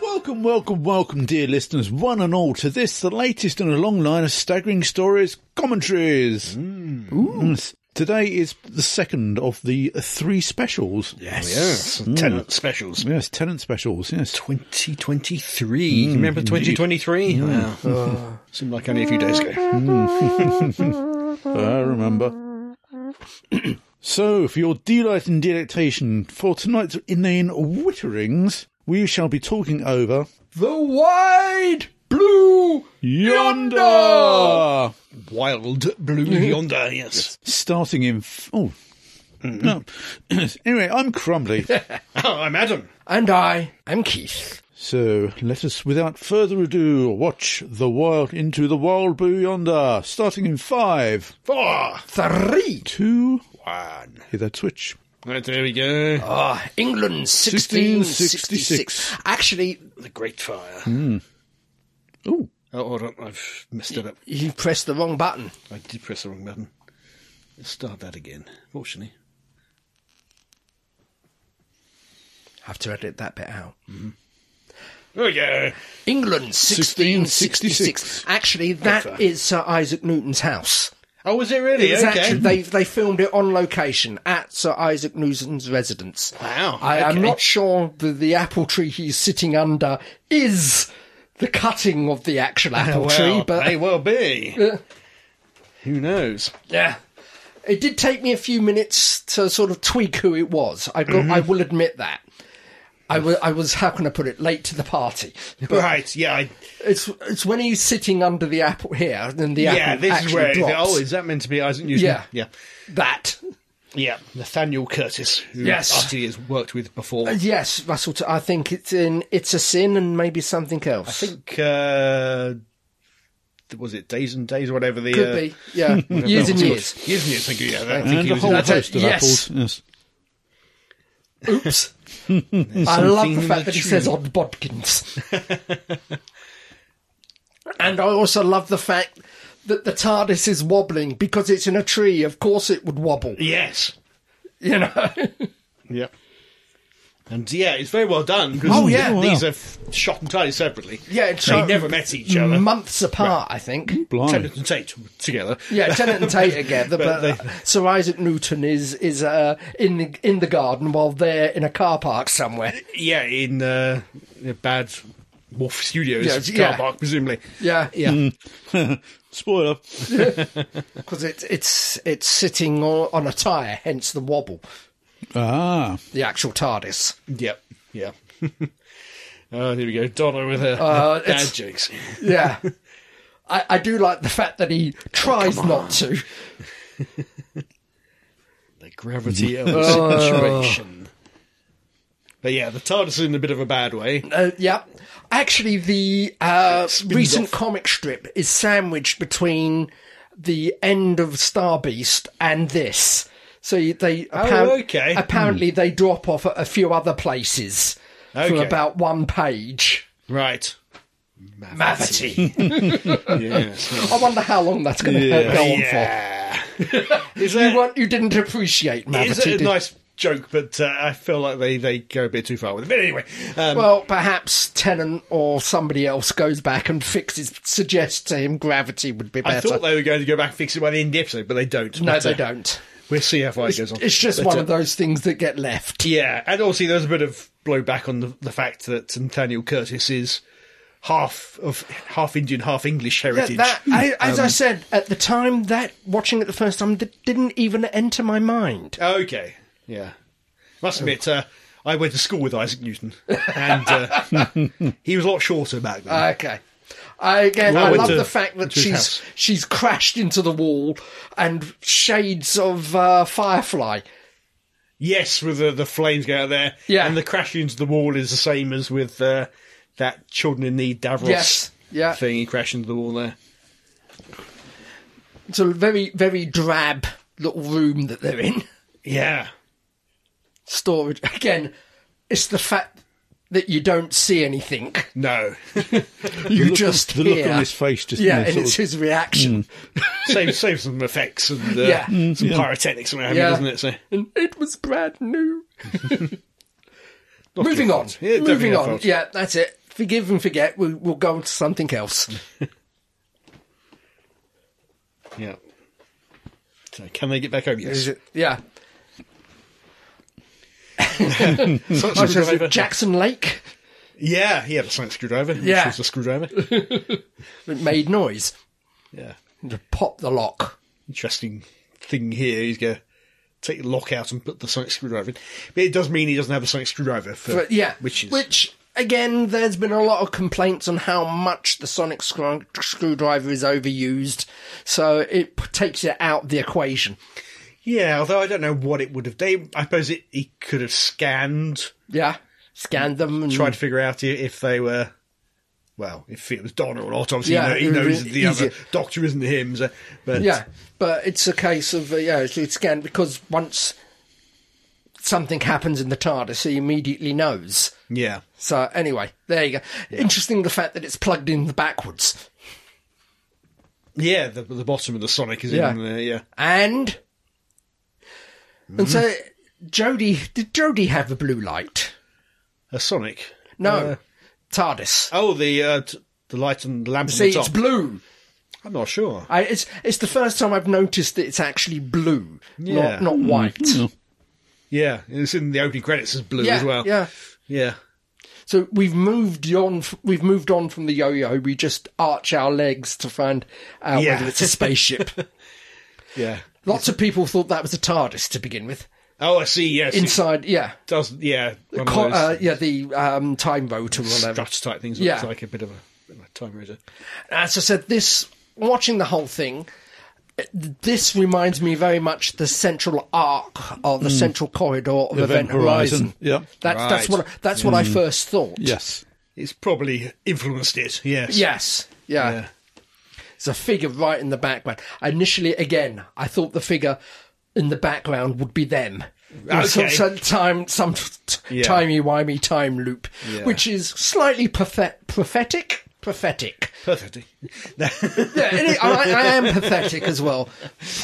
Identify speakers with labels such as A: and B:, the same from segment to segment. A: Welcome, welcome, welcome, dear listeners, one and all, to this, the latest in a long line of staggering stories, commentaries. Yes. Today is the second of the three specials. Oh,
B: Yes. Hmm. Tenant specials.
A: Yes, tenant specials, yes.
B: 2023. You Remember 2023? Wow. Hmm. Oh. Seemed like only a few days ago.
A: I remember. so, for your delight and delectation, for tonight's inane witterings, we shall be talking over
B: The wide blue
A: Yonder!
B: Wild blue yonder, Mm-hmm. yes.
A: Starting in. F- oh. No. anyway, I'm Crumbly.
B: Ah, I'm Adam.
C: And I am Keith.
A: So let us, without further ado, watch the wild into the wild blue yonder, starting in five,
B: Four.
C: Three.
A: two.
B: One.
A: Hit that switch.
B: Right, there we go.
C: Ah, England 1666. Actually,
B: The Great Fire.
A: Ooh,
B: Oh, hold on. I've messed it up.
C: you pressed the wrong button.
B: I did press the wrong button. Let's start that again, fortunately.
C: Have to edit that bit out.
B: There we go.
C: England
A: 1666.
C: 1666. Actually, that is Sir Isaac Newton's house.
B: Oh, was it really?
C: It's
B: okay.
C: actually- they they filmed it on location at Sir Isaac Newton's residence.
B: Wow,
C: I, I'm
B: okay.
C: not sure the, the apple tree he's sitting under is the cutting of the actual apple tree,
B: well,
C: but
B: may well be. Who knows?
C: Yeah. It did take me a few minutes to sort of tweak who it was. I,
B: Mm-hmm.
C: got, I will admit that. I wa- I was, how can I put it, late to the party. But
B: Right, yeah, I,
C: it's it's when he's sitting under the apple here, and then the
B: yeah.
C: apple
B: This
C: actually
B: is where.
C: drops.
B: Oh, is that meant to be Isaac Newton?
C: Yeah.
B: yeah,
C: that.
B: yeah. Nathaniel Curtis, who
C: Yes.
B: RT has worked with before.
C: Uh, Yes, Russell. T- I think it's in. It's a sin, and maybe something else.
B: I think uh, was it Days and Days or whatever the
C: could
B: uh,
C: be. Yeah, years and years.
B: Years and years. Thank you. Yeah, that- I think
A: and
B: he
A: a
B: was
A: whole
B: in that.
A: host of
C: yes.
A: apples. Yes.
C: Oops. I love the
B: in
C: fact
B: the
C: that he
B: tune.
C: says odd bodkins. and I also love the fact that the TARDIS is wobbling because it's in a tree. Of course it would wobble.
B: Yes.
C: You know?
B: Yeah. And yeah, it's very well done. 'cause
C: Oh, yeah.
B: these are f- shot entirely separately.
C: Yeah, it's
B: they
C: shot-
B: never met each other.
C: Months apart, I think.
A: Blind.
B: Tennant and Tate together.
C: Yeah, Tennant and Tate together, but,
B: they-
C: uh, Sir Isaac Newton is is uh, in the in the garden while they're in a car park somewhere.
B: Yeah, in uh, the bad Wolf Studios
C: Yeah,
B: car
C: yeah.
B: park, presumably.
C: Yeah,
B: Yeah,
A: Spoiler.
C: because it's it's it's sitting on, on a tire, hence the wobble.
A: Ah,
C: The actual TARDIS.
B: yeah, yeah. Oh, there we go. Donna with her
C: Uh,
B: dad
C: it's-
B: jokes.
C: Yeah. I, I do like the fact that he tries not to.
B: The gravity of the
C: Uh.
B: situation. But yeah, the TARDIS is in a bit of a bad way.
C: Uh, yeah. Actually, the uh,
B: spins
C: recent
B: off.
C: comic strip is sandwiched between the end of Star Beast and this. So you- they appar-
B: Oh, okay. Hmm.
C: apparently they drop off at a few other places for
B: Okay.
C: about one page.
B: Right.
C: Mavity.
B: Yes.
C: I wonder how long that's going to
A: Yeah.
C: go on
B: yeah. Is
C: for.
B: that,
C: You, weren't, you didn't appreciate Mavity.
B: It's a
C: did you?
B: nice joke, but uh, I feel like they, they go a bit too far with it. But anyway, um,
C: Well, perhaps Tennant or somebody else goes back and fixes, suggests to him gravity would be
B: I
C: better.
B: thought they were going to go back and fix it by the end of the episode, but they don't.
C: no,
B: But,
C: they
B: uh,
C: don't.
B: We'll see how far it goes on.
C: It's just
B: But,
C: one
B: uh,
C: of those things that get left.
B: Yeah, and obviously there's a bit of blowback on the, the fact that Nathaniel Curtis is half of half Indian, half English heritage.
C: That- I, as
B: Um,
C: I said at the time, that watching it the first time that didn't even enter my mind.
B: Okay. Yeah.
C: Oh.
B: Must admit, uh, I went to school with Isaac Newton, and uh, he was a lot shorter back then.
C: Okay. I, again,
B: Well, I
C: I
B: went
C: love
B: to-
C: the fact that
B: to his
C: she's
B: house.
C: she's crashed into the wall and shades of uh, Firefly.
B: yes, with the, the flames go out there,
C: Yeah.
B: and the crash into the wall is the same as with uh, that Children in Need Davros
C: Yes, yeah.
B: thing. He crashed into the wall there.
C: It's a very very drab little room that they're in.
B: Yeah.
C: storage again it's the fact that you don't see anything
B: No.
C: you
A: look on-
C: just
A: the look
C: hear.
A: on his face just you
C: yeah
A: know,
C: and
A: sort
C: it's
A: of- Hmm.
C: his reaction
B: save save some effects and uh,
C: Yeah. Mm,
B: some pyrotechnics around
C: Yeah.
B: yeah. doesn't it? So
C: and it was brand new moving on
B: Yeah, definitely
C: moving
B: our
C: on
B: fault.
C: yeah that's it forgive and forget. We'll, we'll go on to something else.
B: Yeah. So can they get back home? Yes.
C: Is it- Yeah.
B: Sonic
C: I was
B: screwdriver.
C: at Jackson Lake
B: yeah, yeah, the sonic screwdriver. which
C: Yeah.
B: was the screwdriver.
C: it made noise.
B: yeah.
C: Just pop the lock.
B: Interesting thing here. He's going to take the lock out and put the sonic screwdriver in. But it does mean he doesn't have a sonic screwdriver. For,
C: But yeah,
B: Which is.
C: which again, there's been a lot of complaints on how much the sonic screw- screwdriver is overused, so it p- takes it out of the equation.
B: yeah, although I don't know what it would have done. I suppose it, he could have scanned,
C: Yeah, scan them and
B: tried to figure out i- if they were. Well, if it was Donna or not, obviously
C: Yeah,
B: he
C: it
B: know- he
C: would be
B: knows the other
C: easier.
B: doctor isn't him. So, but
C: Yeah, but it's a case of uh, yeah, it's, it's scanned because once something happens in the TARDIS, he immediately knows.
B: yeah,
C: So anyway, there you go. Interesting the fact that it's plugged in backwards
B: yeah, the, the bottom of the Sonic is
C: Yeah.
B: in there. Yeah,
C: and
B: Mm-hmm.
C: and so Jody did Jody have a blue light?
B: a Sonic.
C: No,
B: Uh,
C: TARDIS.
B: Oh, the uh, t- the light and the lamp
C: See,
B: on the
C: it's
B: top.
C: blue.
B: I'm not sure.
C: I, it's it's the first time I've noticed that it's actually blue,
B: Yeah. Mm.
C: not not white.
B: Yeah, it's in the opening credits as blue
C: Yeah,
B: as well.
C: yeah.
B: yeah,
C: So we've moved on. f- We've moved on from the yo-yo. We just arch our legs to find out
B: Yeah.
C: whether it's a spaceship.
B: yeah.
C: Lots of people thought that was a TARDIS to begin with.
B: Oh, I see. Yes, it
C: Inside, yeah,
B: does. Yeah, one
C: Co-
B: of those
C: uh, yeah, the um, time rotor or whatever.
B: strut type things.
C: Yeah.
B: looks like a bit of a, bit of a time razor.
C: As I said, this watching the whole thing. uh, This reminds me very much the central arc or the central corridor of Event,
A: Mm. Event
C: Horizon.
A: Horizon. Yeah. Mm.
C: that's that's
B: Right.
C: what that's what I first thought.
A: Yes.
B: It's probably influenced it. Yes.
C: Yes. Yeah.
B: Yeah.
C: There's a figure right in the background. Initially, again, I thought the figure in the background would be them. Okay. Some,
B: Okay.
C: some time, some t-
B: Yeah.
C: timey wimey time loop,
B: Yeah.
C: which is slightly prophet- prophetic. Prophetic.
B: Perfect.
C: Yeah, and it- I, I am pathetic as well,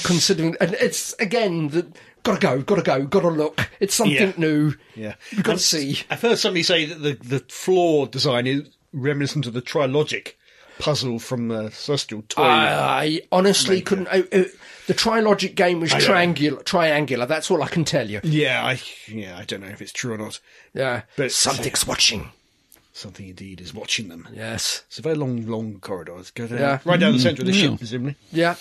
C: considering. And it's again the gotta go, gotta go, gotta look. It's something
B: Yeah.
C: new.
B: Yeah.
C: you gotta
B: And
C: see.
B: I've heard somebody say that the, the floor design is reminiscent of the trilogic puzzle from the Celestial Toy.
C: I honestly couldn't. I, I, the trilogic game was
B: don't know.
C: triangular. Triangular. That's all I can tell you.
B: yeah, I yeah, I don't know if it's true or not.
C: Yeah,
B: But-
C: something's watching.
B: Something indeed is watching them.
C: Yes.
B: It's a very long, long corridor. It's go down
C: Yeah. Mm.
B: right down the centre of the
A: Yeah.
B: ship, presumably.
C: Yeah.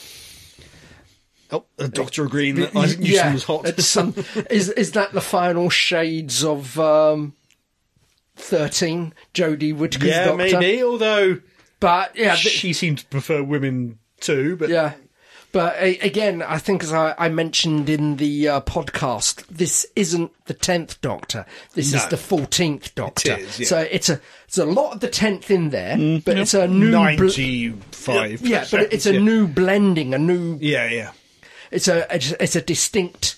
B: Oh, the doctor agreeing that Isaac Newton
C: yeah.
B: was hot.
C: It's some, is is that the final shades of um, thirteen? Jodie Whittaker's
B: yeah,
C: doctor.
B: maybe. Although
C: But yeah, th-
B: she seemed to prefer women too. But
C: Yeah. But a- again, I think as I, I mentioned in the uh, podcast, this isn't the tenth Doctor. This is
B: No.
C: the fourteenth Doctor.
B: is, yeah. Mm.
C: So it's a it's a lot of the tenth in there, but it's a new bl-
B: ninety-five.
C: yeah, but it's a
B: yeah.
C: new blending, a new
B: Yeah, yeah,
C: it's a it's, it's a distinct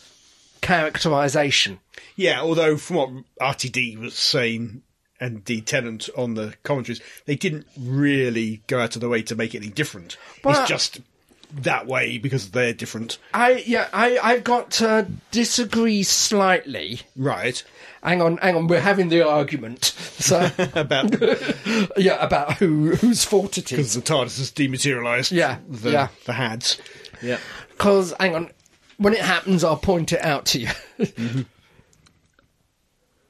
C: characterization.
B: yeah. Although from what RTD was saying and D Tennant on the commentaries, they didn't really go out of their way to make it any different.
C: Well-
B: it's just that way because they're different,
C: I yeah I I've got to disagree slightly.
B: right?
C: Hang on, hang on, we're having the argument. So
B: About
C: yeah, about who whose fault it is.
B: because the TARDIS has dematerialised.
C: Yeah,
B: the,
C: yeah.
B: the Hads. Yeah,
C: Because, hang on, when it happens, I'll point it out to you.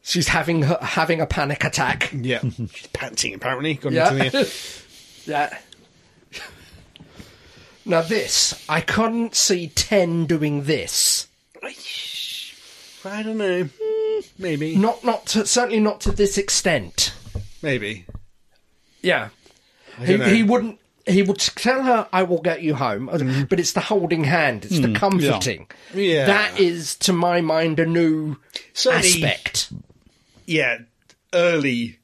C: She's having her, having a panic attack.
B: yeah. She's panting apparently. Gone
C: Yeah,
B: into the,
C: yeah. Now this, I couldn't see ten doing this.
B: I don't know. Hmm, Maybe.
C: Not, not to, certainly not to this extent.
B: Maybe.
C: Yeah, he,
B: don't know. Mm-hmm.
C: he wouldn't. He would tell her, "I will get you home," but it's the holding hand. It's the comforting.
B: Mm, Yeah.
C: that is, to my mind, a new
B: Certainly-
C: aspect.
B: Yeah, early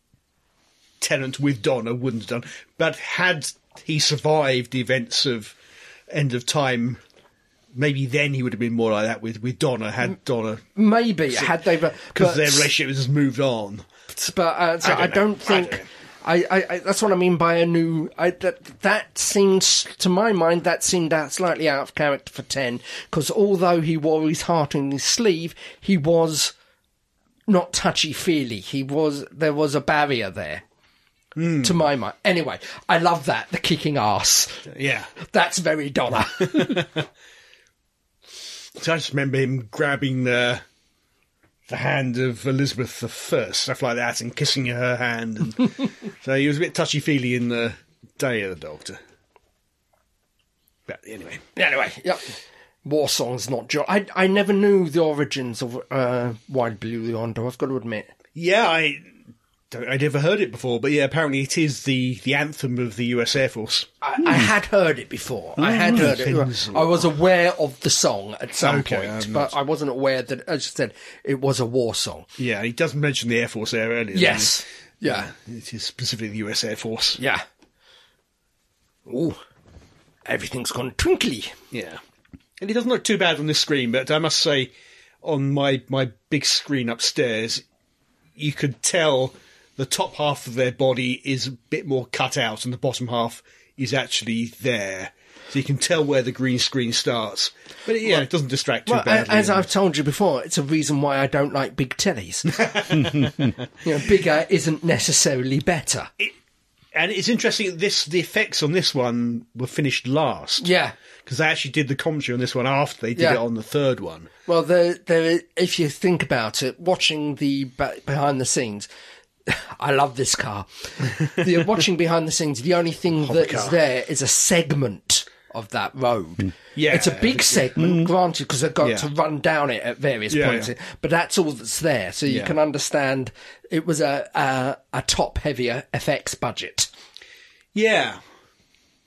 B: Tenant with Donna wouldn't have done. But had he survived the events of End of Time, maybe then he would have been more like that with, with Donna,
C: Mm,
B: had Donna,
C: Maybe had they,
B: because
C: because
B: their relationship has moved on.
C: but uh, so I,
B: I
C: don't
B: don't know. I don't
C: think.
B: know.
C: I, I, I, that's what I mean by a new. I, that that seems to my mind that seemed out, slightly out of character for ten because although he wore his heart in his sleeve, he was not touchy feely. He was there was a barrier there.
B: Hmm.
C: To my mind. Anyway, I love that. The kicking ass.
B: Yeah.
C: That's very Donna.
B: So I just remember him grabbing the the hand of Elizabeth I, stuff like that, and kissing her hand. And so he was a bit touchy feely in the Day of the Doctor. But anyway,
C: anyway, yep. War songs, not John. I, I never knew the origins of uh, Wild Blue Yonder, I've got to admit.
B: yeah, I don't, I'd never heard it before, but yeah, apparently it is the the anthem of the U.S. Air Force.
C: I, I had heard it before. I had heard it. I was aware of the song at some
B: Hmm. Okay,
C: point,
B: I'm
C: but I wasn't aware that, as you said, it was a war song.
B: Yeah, he does mention the Air Force there earlier. doesn't
C: Yes. Yeah.
B: he? it is specifically the U.S. Air Force.
C: Yeah. Ooh. Everything's gone twinkly.
B: Yeah. And he doesn't look too bad on this screen, but I must say, on my, my big screen upstairs, you could tell the top half of their body is a bit more cut out and the bottom half is actually there. So you can tell where the green screen starts. But yeah, it doesn't distract too
C: Well, a-
B: badly.
C: as I've told you before, it's a reason why I don't like big tellies. you know, bigger isn't necessarily better.
B: and it's interesting that this the effects on this one were finished last.
C: Yeah.
B: Because they actually did the commentary on this one after they did
C: Yeah.
B: it on the third one.
C: Well, there, there. If you think about it, watching the ba- behind the scenes, I love this car. the watching behind the scenes, the only thing that's
B: car.
C: there is a segment of that road.
B: Yeah,
C: it's a
B: I
C: big segment, granted, because they've got
B: Mm. Yeah.
C: to run down it at various
B: Yeah,
C: points.
B: yeah.
C: But that's all that's there, so you
B: Yeah.
C: can understand it was a a, a top heavier FX budget.
B: Yeah.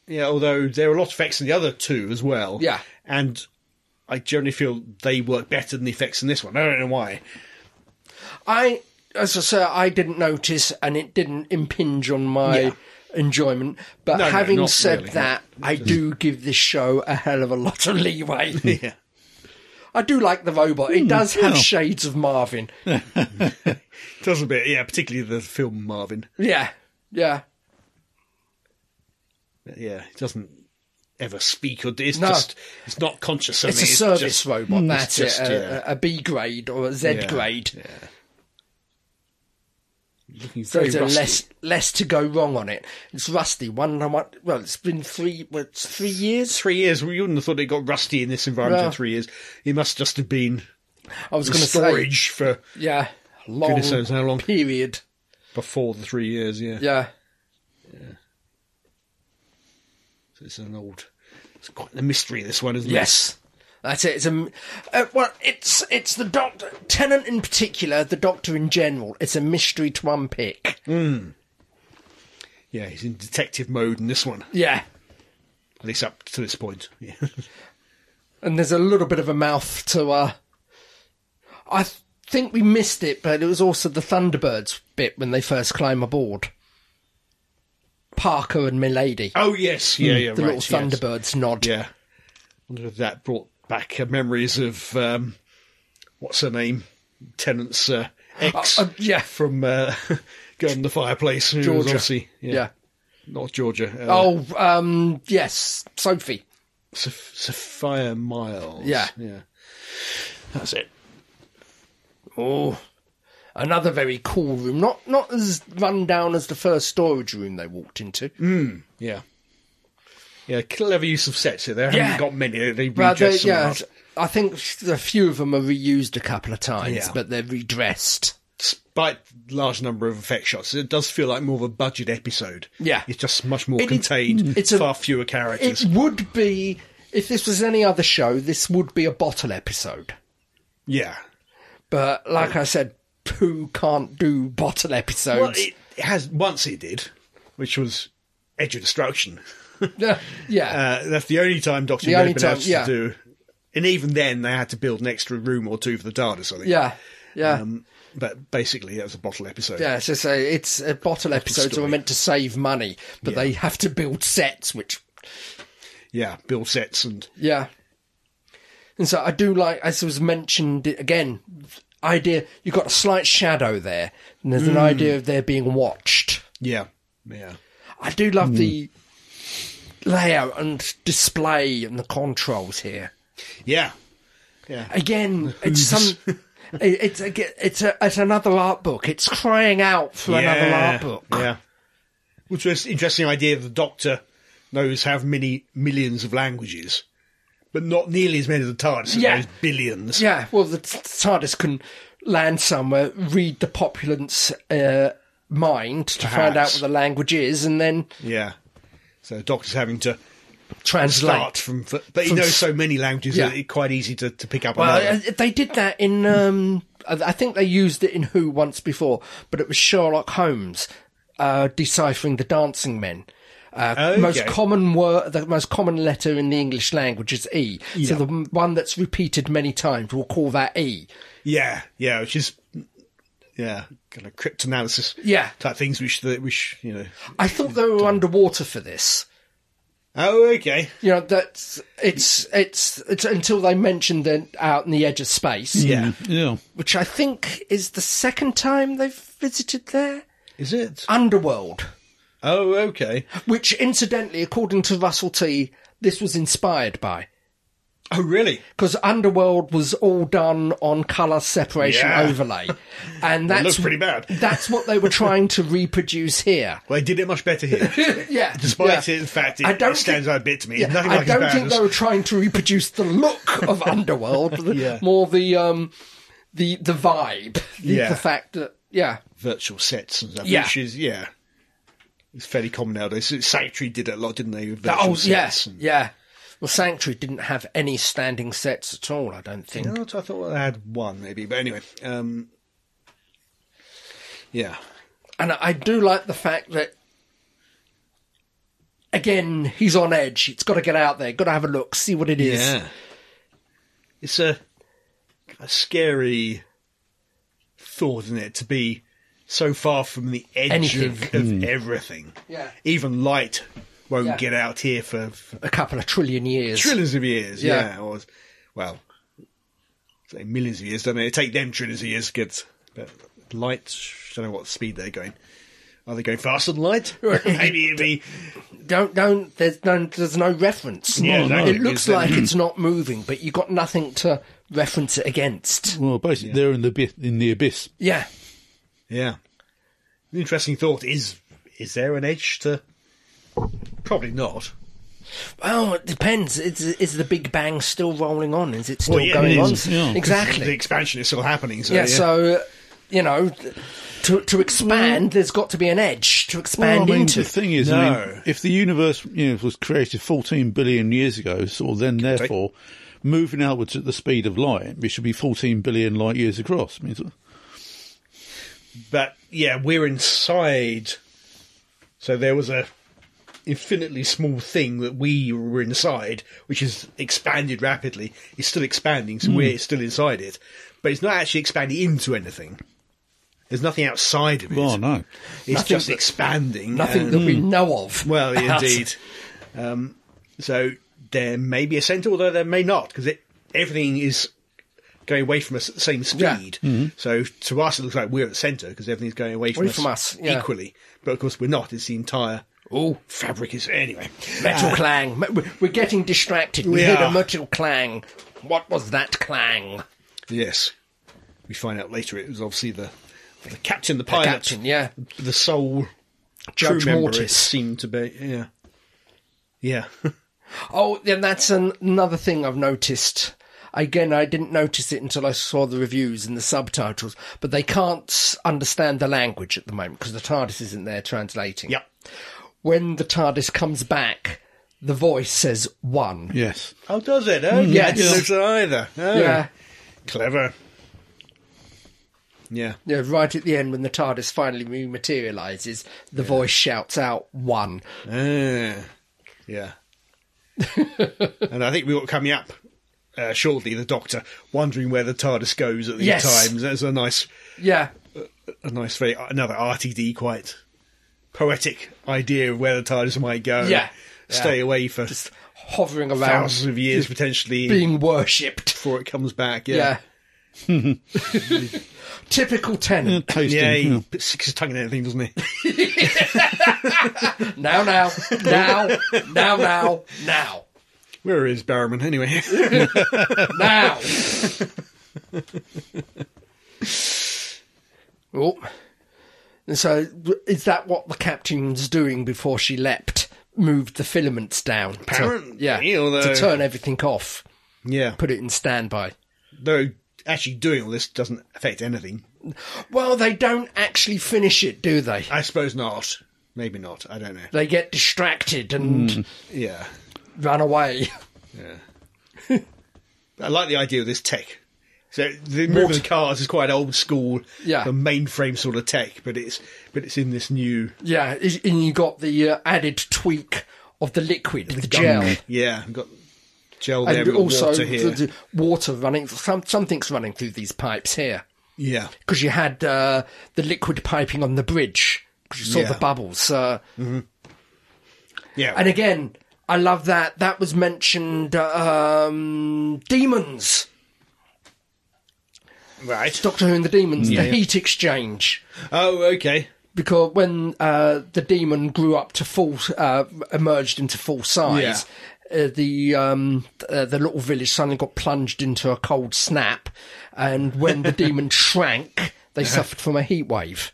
B: Yeah, although there are a lot of effects in the other two as well.
C: Yeah.
B: And I generally feel they work better than the effects in this one. I don't know why.
C: I, as I say, I didn't notice, and it didn't impinge on my
B: Yeah.
C: enjoyment. But
B: No, no,
C: having
B: not
C: said
B: really,
C: that, I do give this show a hell of a lot of leeway.
B: Yeah. Hmm,
C: I do like the robot; it does have
A: yeah.
C: shades of Marvin.
B: Does a bit, yeah, particularly the film Marvin.
C: yeah, yeah.
B: Yeah, it doesn't ever speak or it's
C: No.
B: just it's not conscious.
C: It's a service
B: just-
C: robot. That's
B: just,
C: it. A,
B: yeah.
C: a B grade or a Z
B: Yeah,
C: grade.
B: Yeah. Looking
C: So
B: very
C: it's a
B: rusty.
C: less less to go wrong on it. It's rusty. One one. Well, it's been three. Well, it's three years.
B: three years. We wouldn't have thought it got rusty in this environment
C: Yeah.
B: in three years. It must just have been
C: I was
B: the
C: going to say,
B: storage for
C: yeah, long,
B: goodness knows how long
C: period.
B: before the three years. Yeah.
C: Yeah.
B: It's an old. It's quite a mystery. This one, isn't
C: Yes. That's it. It's a, uh, well, it's it's the doctor, tenant in particular, the doctor in general. It's a mystery to unpick.
B: it? Yeah, he's in detective mode in this one.
C: Yeah,
B: At least up to this point. Yeah.
C: and there's a little bit of a mouth to. Uh, I th- think we missed it, but it was also the Thunderbirds bit when they first climb aboard. Parker and Milady,
B: Oh yes, yeah, yeah.
C: Hmm. the
B: right,
C: little
B: yes.
C: Thunderbirds nod.
B: Yeah. Wonder if that brought back uh, memories of um, what's her name, Tennant's uh, ex
C: Uh, yeah.
B: from uh, Girl in the Fireplace. who was
C: Georgia.
B: obviously- yeah,
C: Yeah.
B: not Georgia. Uh,
C: Oh, um, yes, Sophie.
B: Soph- Sophia Miles.
C: Yeah.
B: yeah. That's it.
C: Oh, another very cool room. Not not as run down as the first storage room they walked into.
B: Yeah. Yeah, clever use of sets here. They haven't
C: Yeah.
B: got many. They
C: But they-
B: redressed some
C: yeah,
B: out.
C: I think a few of them are reused a couple of times,
B: Yeah.
C: but they're redressed.
B: despite the large number of effect shots, it does feel like more of a budget episode.
C: Yeah.
B: It's just much more
C: It is-
B: contained,
C: it's a-
B: far fewer
C: It
B: characters.
C: would be if this was any other show, this would be a bottle episode.
B: yeah.
C: But like I said, Pooh can't do bottle episodes.
B: Well, it has, once it did, which was Edge of Destruction.
C: Yeah, yeah,
B: Uh, that's the only time Doctor
C: The
B: Who had
C: only
B: been
C: time,
B: able
C: yeah.
B: to do. And even then, they had to build an extra room or two for the TARDIS, I think.
C: yeah, yeah.
B: Um, but basically, that was a bottle episode.
C: Yeah, it's just a, it's a bottle episodes that were
B: story.
C: meant to save money, but
B: Yeah.
C: they have to build sets, which
B: Yeah, build sets and
C: yeah. And so I do like, as was mentioned again, idea you've got a slight shadow there, and there's an idea of there being watched.
B: yeah, yeah.
C: I do love the layout and display and the controls here.
B: Yeah. Yeah.
C: Again, it's some. it- It's a, it's a, it's another art book. It's crying out for another art book.
B: Yeah. Which was an interesting idea. The Doctor knows how many millions of languages, but not nearly as many as the TARDIS.
C: Yeah.
B: Yeah. Knows billions.
C: Yeah, well, the t- TARDIS can land somewhere, read the populace uh, mind to find out
B: Perhaps.
C: what the language is, and then
B: Yeah. So the Doctor's having to start
C: translate.
B: from, f- but he knows so many languages
C: Yeah.
B: that it's quite easy to, to pick up.
C: Well,
B: another.
C: uh, they did that in. Um, I I think they used it in Who once before, but it was Sherlock Holmes uh, deciphering the Dancing Men. Uh,
B: Okay.
C: Most common word, the most common letter in the English language is E. So the m- one that's repeated many times, we'll call that E.
B: Yeah, yeah, which is yeah, kind of cryptanalysis.
C: Yeah.
B: type things which that which you know.
C: I thought they were underwater for this.
B: Oh, okay.
C: You know, that's it's it's it's until they mentioned them out in the edge of space,
A: Mm.
B: Yeah,
A: Yeah.
C: which I think is the second time they've visited there.
B: is it?
C: Underworld.
B: Oh, okay.
C: which incidentally, according to Russell T, this was inspired by.
B: Oh, really?
C: Because Underworld was all done on colour separation
B: Yeah.
C: overlay, and that's
B: looked pretty bad.
C: That's what they were trying to reproduce here.
B: Well, they did it much better here.
C: Yeah,
B: Despite
C: yeah.
B: it, in fact, it,
C: I don't
B: it stands
C: think-
B: out a bit to me.
C: Yeah,
B: Nothing
C: I
B: like as
C: don't
B: bad
C: think
B: as-
C: they were trying to reproduce the look of Underworld, but the-
B: Yeah.
C: more the um, the the vibe, the,
B: Yeah.
C: the fact that yeah,
B: virtual sets and stuff.
C: Yeah.
B: which is yeah, it's fairly common nowadays. Sanctuary did it a lot, didn't they? with
C: that,
B: virtual
C: oh yes,
B: sets and-
C: yeah. Well, Sanctuary didn't have any standing sets at all. I don't think.
B: No, Oh, I thought I had one maybe, but anyway, um, yeah,
C: And I do like the fact that, again, he's on edge. He's got to get out there, got to have a look, see what it is.
B: It's a, a scary thought, isn't it, to be so far from the edge of,
C: Anything.
B: of everything.
C: Yeah.
B: Even light won't
C: Yeah.
B: get out here for, for
C: A couple of trillion years.
B: trillions of years.
C: Yeah.
B: Yeah. Or, well, say millions of years, don't they? It take them trillions of years to get but light. don't know what speed they're going. Are they going faster than light? Maybe it'd be.
C: Don't, don't, there's no, there's no reference.
B: Yeah, No, no.
C: It looks
B: it's, um,
C: like it's not moving, but you've got nothing to reference it against.
A: Well, basically, they're in the bi- in the abyss.
C: Yeah.
B: Yeah. An interesting thought is is there an edge to. Probably not.
C: Oh, it depends. Is, is the Big Bang still rolling on? Is it still
B: Well, yeah,
C: going
B: it
C: on?
B: is,
A: yeah.
B: The
C: Exactly.
B: expansion is still happening. So,
C: Yeah, so, you know, to, to expand, there's got to be an edge to
A: Well,
C: expand
A: I mean,
C: into.
A: the thing is, I mean,
B: No.
A: if the universe you know, was created 14 billion years ago, so then therefore moving outwards at the speed of light, we should be 14 billion light years across. I mean, so-
B: But yeah, we're inside. So there was a infinitely small thing that we were inside, which is expanded rapidly. It's still expanding,
C: Hmm.
B: so we're still inside it, but it's not actually expanding into anything. There's nothing outside of it.
A: well, no.
B: it's
C: Nothing
B: just
C: that-
B: expanding.
C: Nothing
B: and-
C: that we know of.
B: Mm. Well,
C: That's-
B: indeed. Um, so there may be a centre, although there may not, because everything is going away from us at the same
C: Yeah. Mm-hmm.
B: speed. So to us, it looks like we're at the centre because everything's going away from
C: Away
B: us,
C: from us, yeah.
B: equally. But of course, we're not. It's the entire oh fabric is anyway.
C: Metal clang. Me- we- We're getting distracted. We,
B: Ah. We
C: heard a
B: are.
C: metal clang. What was that clang?
B: Yes, we find out later it was obviously the the captain, the pilot,
C: Captain, yeah.
B: the sole
C: Judge
B: crew member. It
C: Mortis.
B: seemed to be, yeah, yeah.
C: Oh, then that's an- another thing I've noticed. Again, I didn't notice it until I saw the reviews and the subtitles, but they can't s- understand the language at the moment because the TARDIS isn't there translating.
B: yep.
C: When the TARDIS comes back, the voice says one.
A: Yes.
B: Oh, does it? Oh, yeah. I
C: Mm, yes.
B: didn't notice that either. Oh.
C: yeah.
B: Clever. Yeah.
C: Yeah, right at the end when the TARDIS finally rematerializes, the voice shouts out one.
B: Ah, yeah. and I think we've got coming up uh, shortly the Doctor wondering where the TARDIS goes at these
C: Yes.
B: times. There's a nice,
C: Yeah.
B: a nice, very another RTD quite poetic idea of where the TARDIS might go.
C: Yeah.
B: Stay away for
C: Hovering around.
B: thousands of years potentially
C: being worshipped.
B: before it comes back. Yeah.
C: Yeah. Typical tenant.
A: Tasting. Mm,
B: Yeah,
A: yeah.
B: he sticks his tongue in anything, doesn't he?
C: Now, now, now, now, now, now,
B: Where is Barrowman anyway?
C: now. Oh, And so, w- is that what the captain's doing before she leapt? Moved the filaments down. to-
B: Apparently,
C: yeah,
B: although-
C: to turn everything off,
B: Yeah.
C: put it in standby.
B: Though actually doing all this doesn't affect anything.
C: Well, they don't actually finish it, do they?
B: I suppose not. Maybe not. I don't know.
C: They get distracted and
B: Yeah.
C: run away.
B: Yeah. I like the idea of this tech. So the movement of cars is quite old school,
C: Yeah.
B: the mainframe sort of tech, but it's but it's in this new
C: yeah, is- and you got the uh, added tweak of the liquid, the, gel,
B: Yeah, I've got gel there,
C: and
B: and
C: also
B: water
C: the,
B: here.
C: the water running. Some something's running through these pipes here
B: yeah,
C: because you had uh, the liquid piping on the bridge because you saw
B: Yeah.
C: the bubbles. Uh,
B: yeah,
C: and again, I love that that was mentioned. uh, Um, demons,
B: right.
C: Doctor Who and the demons,
A: Yeah.
C: the heat exchange.
B: Oh, okay.
C: because when uh, the demon grew up to full, uh, emerged into full size, uh, the um, th- uh, the little village suddenly got plunged into a cold snap, and when the demon shrank, they suffered from a heat wave.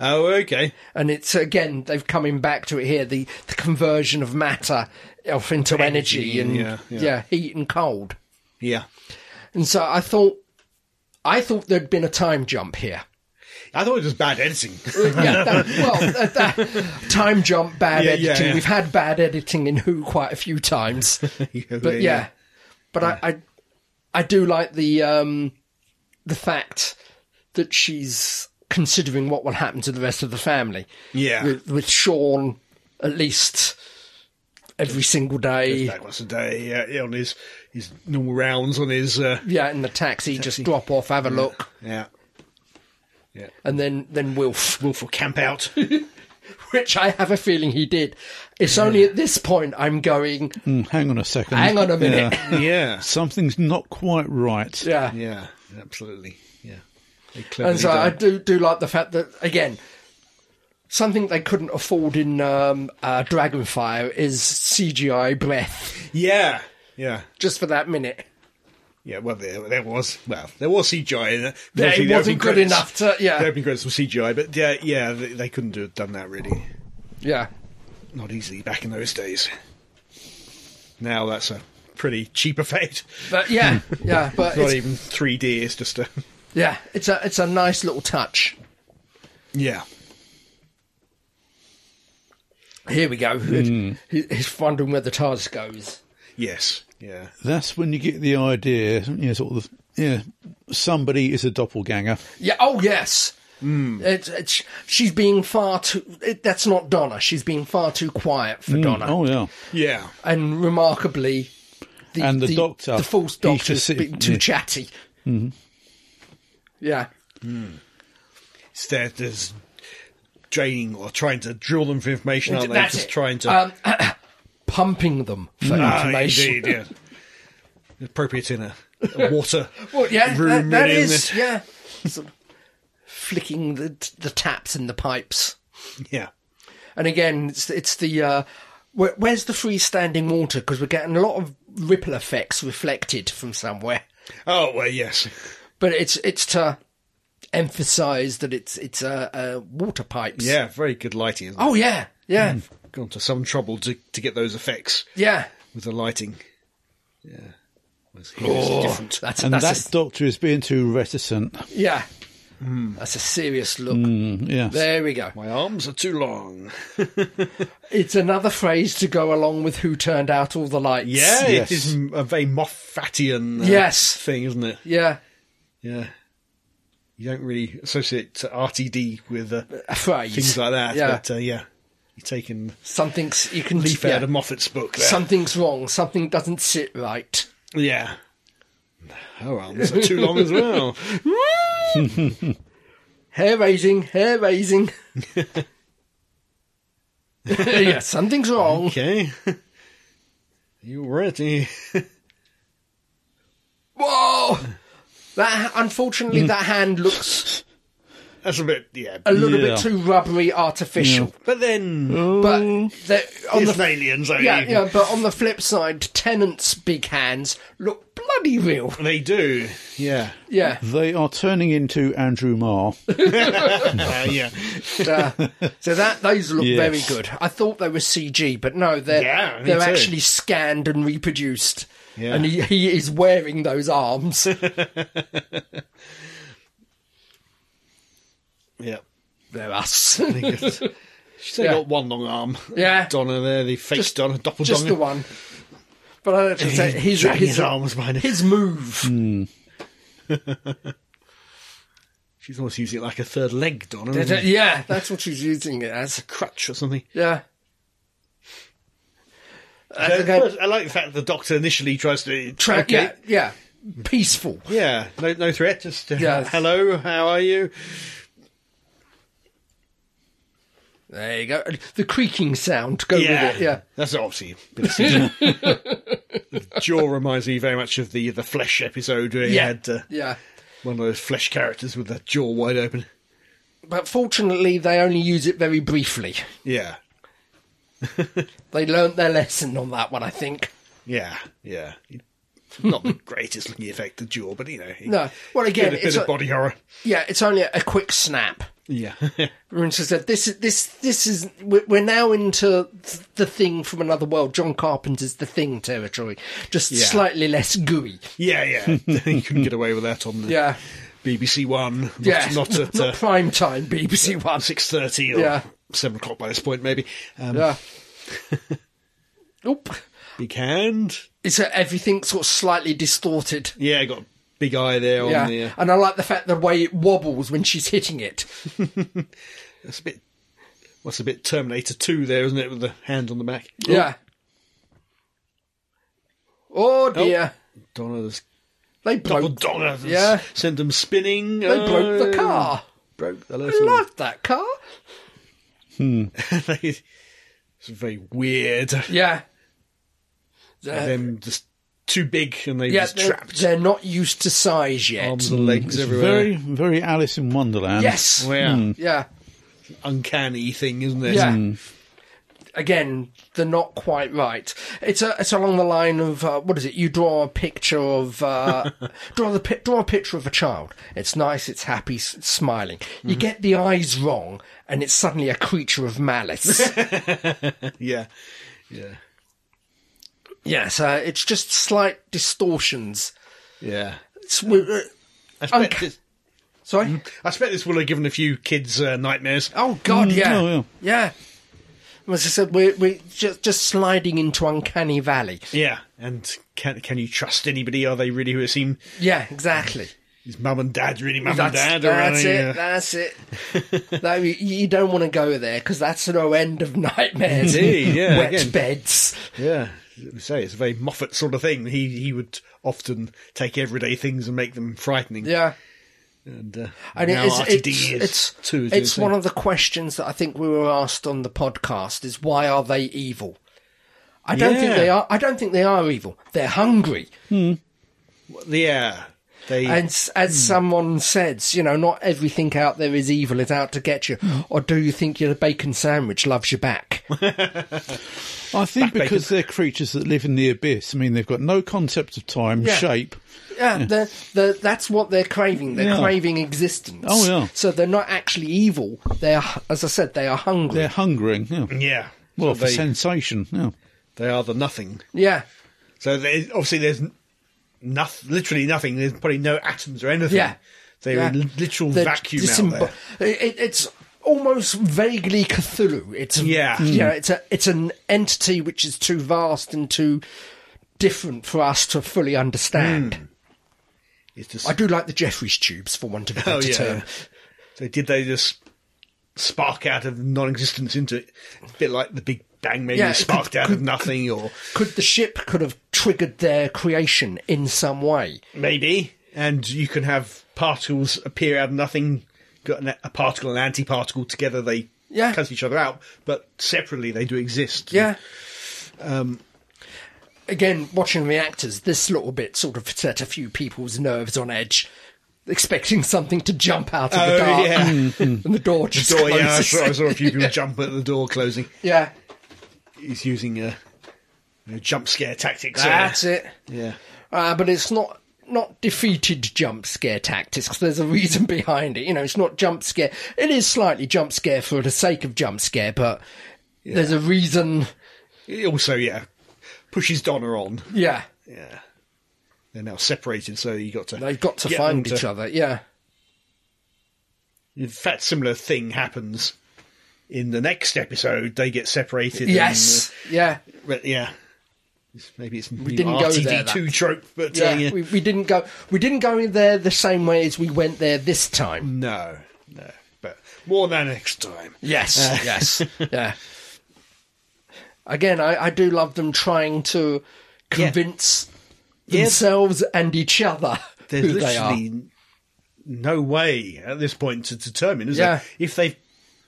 B: Oh, okay.
C: And it's again they've coming back to it here the, the conversion of matter of into energy, and
B: yeah, yeah.
C: yeah, heat and cold.
B: Yeah,
C: And so I thought, I thought there'd been a time jump here.
B: I thought it was bad editing.
C: yeah, that, well, uh, that, time jump, bad
B: Yeah, yeah,
C: editing.
B: yeah.
C: We've had bad editing in Who quite a few times, but yeah, but I, I, I do like the um, the fact that she's considering what will happen to the rest of the family.
B: Yeah.
C: with, with Sean at least every single day.
B: back once a day yeah, yeah, on his his normal rounds on his uh,
C: Yeah, in the taxi, just drop off, have a look,
B: yeah.
C: and then then Wilf.
B: Willful camp out.
C: which I have a feeling he did. It's only at this point I'm going,
A: Mm, hang on a second.
C: hang on a minute.
A: Yeah.
B: yeah,
A: Something's not quite right.
C: Yeah.
B: yeah, absolutely. Yeah, They
C: And
B: cleverly
C: so I
B: done.
C: do, do like the fact that, again, something they couldn't afford in um, uh, Dragonfire is CGI breath,
B: yeah, yeah,
C: just for that minute.
B: yeah. Well, there, there was well, there was CGI in it.
C: Yeah,
B: Obviously,
C: it
B: the
C: wasn't
B: opening
C: good
B: credits-
C: enough to,
B: The
C: yeah,
B: opening credits were CGI, but yeah, yeah, they, they couldn't have done that really.
C: yeah.
B: not easily back in those days. Now that's a pretty cheap effect.
C: But yeah, yeah, but
B: Hmm. It's not
C: it's,
B: even 3D, it's just a.
C: yeah, it's a it's a nice little touch.
B: Yeah.
C: Here we go.
B: Hmm.
C: He, he's wondering where the TARS goes.
B: Yes. Yeah.
A: That's when you get the idea. Yeah, sort of. Yeah, somebody is a doppelganger. Mm.
C: Yeah. Oh, yes.
B: Hmm.
C: It's, it's, she's being far too. It, that's not Donna. She's being far too quiet
B: Hmm.
C: for Donna.
A: Oh yeah.
B: Yeah.
C: And remarkably, the,
A: And the doctor,
C: the false
A: he's
C: doctor's
A: just sitting-
C: being too
A: yeah. Mm-hmm.
C: chatty. Yeah.
B: It's there, there's draining or trying to drill them for information, aren't they?
C: That's
B: just
C: it.
B: trying to.
C: Um, pumping them for
B: Ah,
C: information.
B: indeed, yeah. Appropriate in a, a water
C: Well, yeah,
B: room.
C: that, that
B: really,
C: is.
B: isn't
C: Yeah. Sort of flicking the the taps in the pipes.
B: it? Yeah.
C: And again, it's, it's the uh, where, where's the freestanding water? Because we're getting a lot of ripple effects reflected from somewhere.
B: Oh, well, yes.
C: But it's it's to emphasise that it's it's uh, uh, water pipes.
B: Yeah, very good lighting. Isn't
C: Oh yeah, yeah,
B: it? Gone to some trouble to, to get those effects
C: yeah.
B: with the lighting. Yeah. Whereas here it's
C: Oh,
B: different.
C: That's,
A: And
C: that's
A: that doctor is being too reticent.
C: a, yeah.
B: Hmm.
C: That's a serious look.
A: Mm, Yes.
C: There we go.
B: My arms are too long.
C: It's another phrase to go along with who turned out all the lights.
B: Yeah,
A: Yes.
B: it is m- a very Moffatian uh,
C: Yes.
B: thing, isn't it?
C: yeah.
B: Yeah. You don't really associate RTD with uh,
C: A phrase.
B: things like that,
C: Yeah.
B: but uh, yeah, you're taking
C: Something's you can
B: leaf
C: yeah.
B: out of Moffat's book there.
C: Something's wrong. Something doesn't sit right.
B: yeah. Oh, Her arms are too long as well.
C: hair raising, hair raising. yeah, something's wrong.
B: Okay. You ready?
C: Whoa! That
B: Hmm.
C: unfortunately, that hand looks
B: That's a bit, yeah.
C: a little
A: Yeah.
C: bit too rubbery, artificial.
B: But then,
C: But the, on
B: it's
C: the
B: an alien, so
C: yeah,
B: you-
C: yeah, but on the flip side, Tennant's big hands look bloody real.
B: They do. Yeah.
C: Yeah.
A: They are turning into Andrew Marr.
B: Uh, yeah.
C: Uh, so that those look
A: Yes.
C: very good. I thought they were CG, but no, they're
B: Yeah, me
C: they're
B: too.
C: actually scanned and reproduced.
B: Yeah.
C: And he, he is wearing those arms.
B: Yeah.
C: they're us.
B: She's only
C: Yeah.
B: got one long arm.
C: Yeah.
B: Donna there, the fake
C: Just-
B: Donna, doppelganger.
C: Just the one. But I have to say, his,
B: Dragging
C: his,
B: his, arm was mine.
C: his move.
B: She's almost using it like a third leg, Donna.
C: They
B: isn't
C: don't-
B: it?
C: Yeah, that's what she's using it as.
B: Crutch or something.
C: Yeah.
B: Uh,
C: And again,
B: first, I like the fact that the doctor initially tries to
C: track,
B: okay.
C: yeah, yeah, peaceful.
B: Yeah, no, no threat. Just uh,
C: Yes.
B: hello, how are you?
C: There you go. The creaking sound. Go with it. Yeah.
B: that's obviously. a bit of CGI. The jaw reminds me very much of the the flesh episode where he
C: Yeah.
B: had uh,
C: Yeah.
B: one of those flesh characters with the jaw wide open.
C: But fortunately, they only use it very briefly.
B: Yeah,
C: They learnt their lesson on that one, I think.
B: yeah, yeah. Not the greatest looking effect, the jaw, but you know. he-
C: No. Well, again,
B: bit, a
C: it's
B: bit of
C: a-
B: body horror.
C: Yeah, it's only a quick snap.
B: Yeah,
C: Rince said, "This is this this is we're we're now into th- the thing from another world. John Carpenter's the thing territory, just slightly less gooey.
B: yeah, yeah. you couldn't get away with that on the
C: Yeah,
B: BBC One. Not,
C: yeah,
B: not at uh,
C: prime time BBC One.
B: six thirty or
C: Yeah.
B: seven o'clock by this point, maybe. Um,
C: Yeah. Oop.
B: Big hand.
C: It's uh, everything sort of slightly distorted.
B: Yeah, got a big eye there on
C: Yeah,
B: the. Uh,
C: and I like the fact the way it wobbles when she's hitting it.
B: that's a bit. What's a bit Terminator Two there, isn't it? With the hand on the back.
C: Yeah. Oh dear,
B: Oh, Donna's
C: they
B: double
C: broke.
B: Donna.
C: Yeah.
B: send them spinning. Oh,
C: They broke the car.
B: Broke the
C: I
B: little.
C: like that car.
B: it's very weird.
C: Yeah.
B: And then just too big, and they
C: Yeah,
B: just
C: they're, Mm.
B: trapped
C: they're not used to size yet.
B: arms and legs everywhere.
A: Very, very Alice in Wonderland.
C: Yes.
B: Wow.
C: Yeah.
B: uncanny thing, isn't it?
C: Mm. Yeah. Again, they're not quite right. It's a, it's along the line of uh, what is it? You draw a picture of uh, draw the pi- draw a picture of a child. It's nice. It's happy. s- It's smiling. You get the eyes wrong, and it's suddenly a creature of malice.
B: yeah, yeah,
C: yeah. So uh, it's just slight distortions.
B: yeah.
C: It's, w- uh,
B: I expect,
C: Unca-
B: this,
C: sorry.
B: I expect this will have given a few kids uh, nightmares.
C: Oh God,
B: Mm,
C: yeah,
A: oh,
C: yeah. As I said, we're, we're just, just sliding into Uncanny Valley.
B: Yeah, and can can you trust anybody? Are they really who it seem?
C: Yeah, exactly.
B: Is mum and dad really mum
C: That's,
B: and dad? or are
C: that's
B: they,
C: it.
B: uh,
C: That's it. no, you, you don't want to go there because that's no end of nightmares.
B: Indeed, yeah,
C: Wet
B: again.
C: beds.
B: yeah, As I say it's a very Moffat sort of thing. He he would often take everyday things and make them frightening.
C: Yeah.
B: and, uh,
C: And it
B: now
C: is,
B: RTD
C: it's,
B: is
C: it's,
B: too. is
C: it's
B: doing
C: one of the questions that I think we were asked on the podcast is why are they evil? I don't think
B: Yeah.
C: they are. I don't think they are evil. They're hungry.
B: things. yeah. Hmm. They
C: And s- as someone says, you know, not everything out there is evil, it's out to get you.
B: Hmm.
C: Or do you think your bacon sandwich loves you back?
A: yeah. I think because they're creatures that live in the abyss. I mean, they've got no concept of time,
C: Yeah.
A: shape.
C: yeah, they're, they're, that's what they're craving. They're
A: Yeah.
C: craving existence.
A: Oh, yeah.
C: So they're not actually evil. They're, as I said, they are hungry.
A: They're hungering. Yeah.
B: yeah.
A: Well,
B: So
A: for
B: they,
A: sensation. Yeah.
B: they are the nothing.
C: yeah.
B: So they, obviously, there's nothing, literally nothing. There's probably no atoms or anything.
C: Yeah.
B: they're
C: Yeah.
B: in literal
C: They're
B: vacuum out
C: disembo-
B: there.
C: It, it's almost vaguely Cthulhu. It's a,
B: Yeah.
C: you
A: Mm.
C: know, it's a it's an entity which is too vast and too different for us to fully understand.
B: Mm. It's just,
C: I do like the Jeffries tubes, for want of a better
B: oh yeah.
C: term.
B: So did they just spark out of non-existence into it? A bit like the Big Bang, maybe
C: Yeah, it
B: sparked
C: could-
B: out of nothing, or
C: Could the ship could have triggered their creation in some way?
B: maybe. And you can have particles appear out of nothing. Got an, a particle and antiparticle together, they
C: Yeah.
B: cancel each other out, but separately they do exist.
C: Yeah. Um, Again, watching reactors, this little bit sort of set a few people's nerves on edge, expecting something to jump out of the
B: Oh,
C: dark,
B: yeah.
C: and the door just
B: Door, yeah, I
C: closes.
B: saw, I saw a few people jump at the door closing.
C: Yeah,
B: He's using a, a jump scare tactics.
C: that's it.
B: Yeah.
C: uh, but it's not not defeated jump scare tactics 'cause there's a reason behind it. You know, it's not jump scare. It is slightly jump scare for the sake of jump scare, but there's a reason.
B: It also, yeah, pushes Donna on.
C: Yeah,
B: Yeah. They're now separated, so you got to.
C: they've got to
B: get
C: find
B: them
C: each other. Yeah,
B: In fact, similar thing happens in the next episode. They get separated. and,
C: yes, yeah.
B: uh, well, yeah. It's- Maybe it's we
C: didn't go there,
B: RTD2 trope, but uh,
C: Yeah,
B: yeah.
C: we, we didn't go. We didn't go in there the same way as we went there this time.
B: no, no. But more than next time. Uh,
C: Yes, yes, Uh, yeah. Again, I, I do love them trying to convince themselves and each other
B: There's
C: who they are.
B: literally no way at this point to determine, is
C: Yeah.
B: there? If they've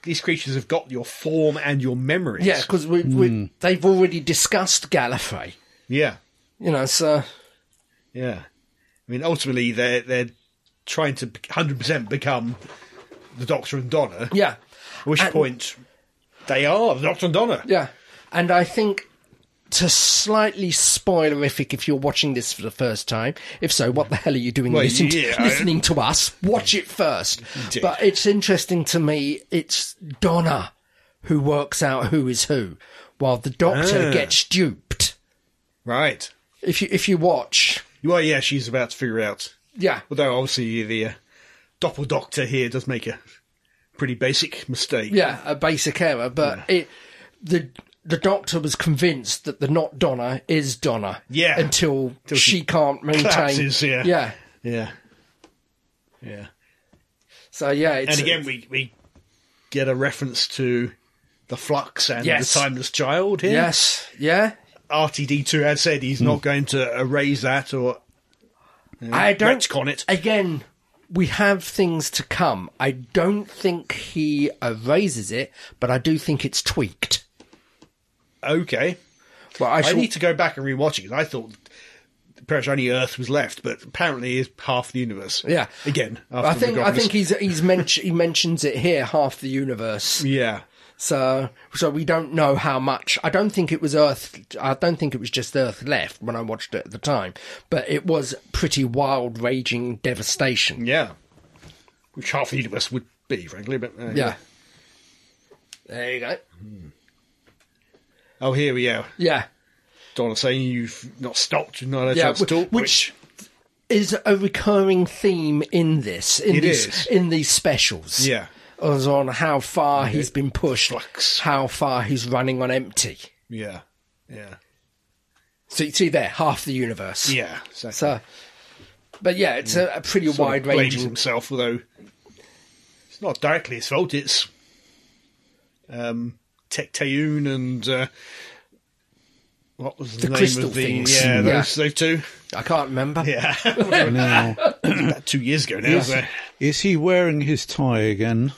B: these creatures have got your form and your memories.
C: Yeah, because we, we they've already discussed Gallifrey.
B: yeah,
C: You know, so
B: yeah. I mean, ultimately, they're they're trying to 100 percent become the Doctor and Donna.
C: yeah,
B: At which
C: And-
B: point, they are the Doctor and Donna.
C: yeah, and I think to slightly spoilerific if you're watching this for the first time. If so, what the hell are you doing
B: Well,
C: listening,
B: yeah,
C: to,
B: I-
C: listening to us? Watch it first. But it's interesting to me. It's Donna who works out who is who, while the Doctor
B: Ah.
C: gets duped.
B: Right.
C: If you if you watch,
B: Well, yeah, she's about to figure out.
C: yeah,
B: Although, obviously, the uh, Doppel Doctor here does make a pretty basic mistake.
C: yeah, a basic error, but it the the doctor was convinced that the not Donna is Donna.
B: Yeah.
C: Until she, can't maintain.
B: collapses, yeah.
C: yeah.
B: Yeah. Yeah.
C: So yeah, it's,
B: And again, we, we get a reference to the flux and
C: Yes.
B: the timeless child here.
C: uh, yes, yeah.
B: RTD2 has said he's not going to erase that or
C: I don't
B: retcon it.
C: again. We have things to come. I don't think he erases it, but I do think it's tweaked.
B: Okay.
C: Well, I,
B: I
C: shall,
B: need to go back and rewatch it 'cause I thought pretty much only Earth was left, but apparently it's half the universe.
C: yeah.
B: Again, after
C: I think
B: the
C: I think
B: he.
C: he's he's mention, he mentions it here half the universe.
B: Yeah.
C: So, so we don't know how much. I don't think it was Earth. I don't think it was just Earth left when I watched it at the time, but it was pretty wild, raging devastation.
B: Yeah. Which half the universe would be, frankly, but. uh,
C: Yeah. There you go.
B: Oh, here we are.
C: Yeah.
B: Donna saying you've not stopped, you've not had a
C: Yeah.
B: chance to
C: wh-
B: talk.
C: Which is a recurring theme in this, in
B: It
C: these,
B: is.
C: in these specials.
B: Yeah.
C: As on how far he's been pushed,
B: Flux.
C: how far he's running on empty.
B: Yeah. Yeah.
C: So you see there, half the universe.
B: Yeah. So,
C: So, but yeah, it's a, a pretty
B: sort of
C: wide
B: blames
C: ranging
B: himself, although it's not directly his fault. It's um, Tectayun and uh, what was the, name
C: crystal
B: of the
C: things. Hmm.
B: yeah
C: Yeah.
B: those those two
C: I can't remember.
B: yeah
A: Now,
B: about two years ago now. So.
A: is he wearing his tie again?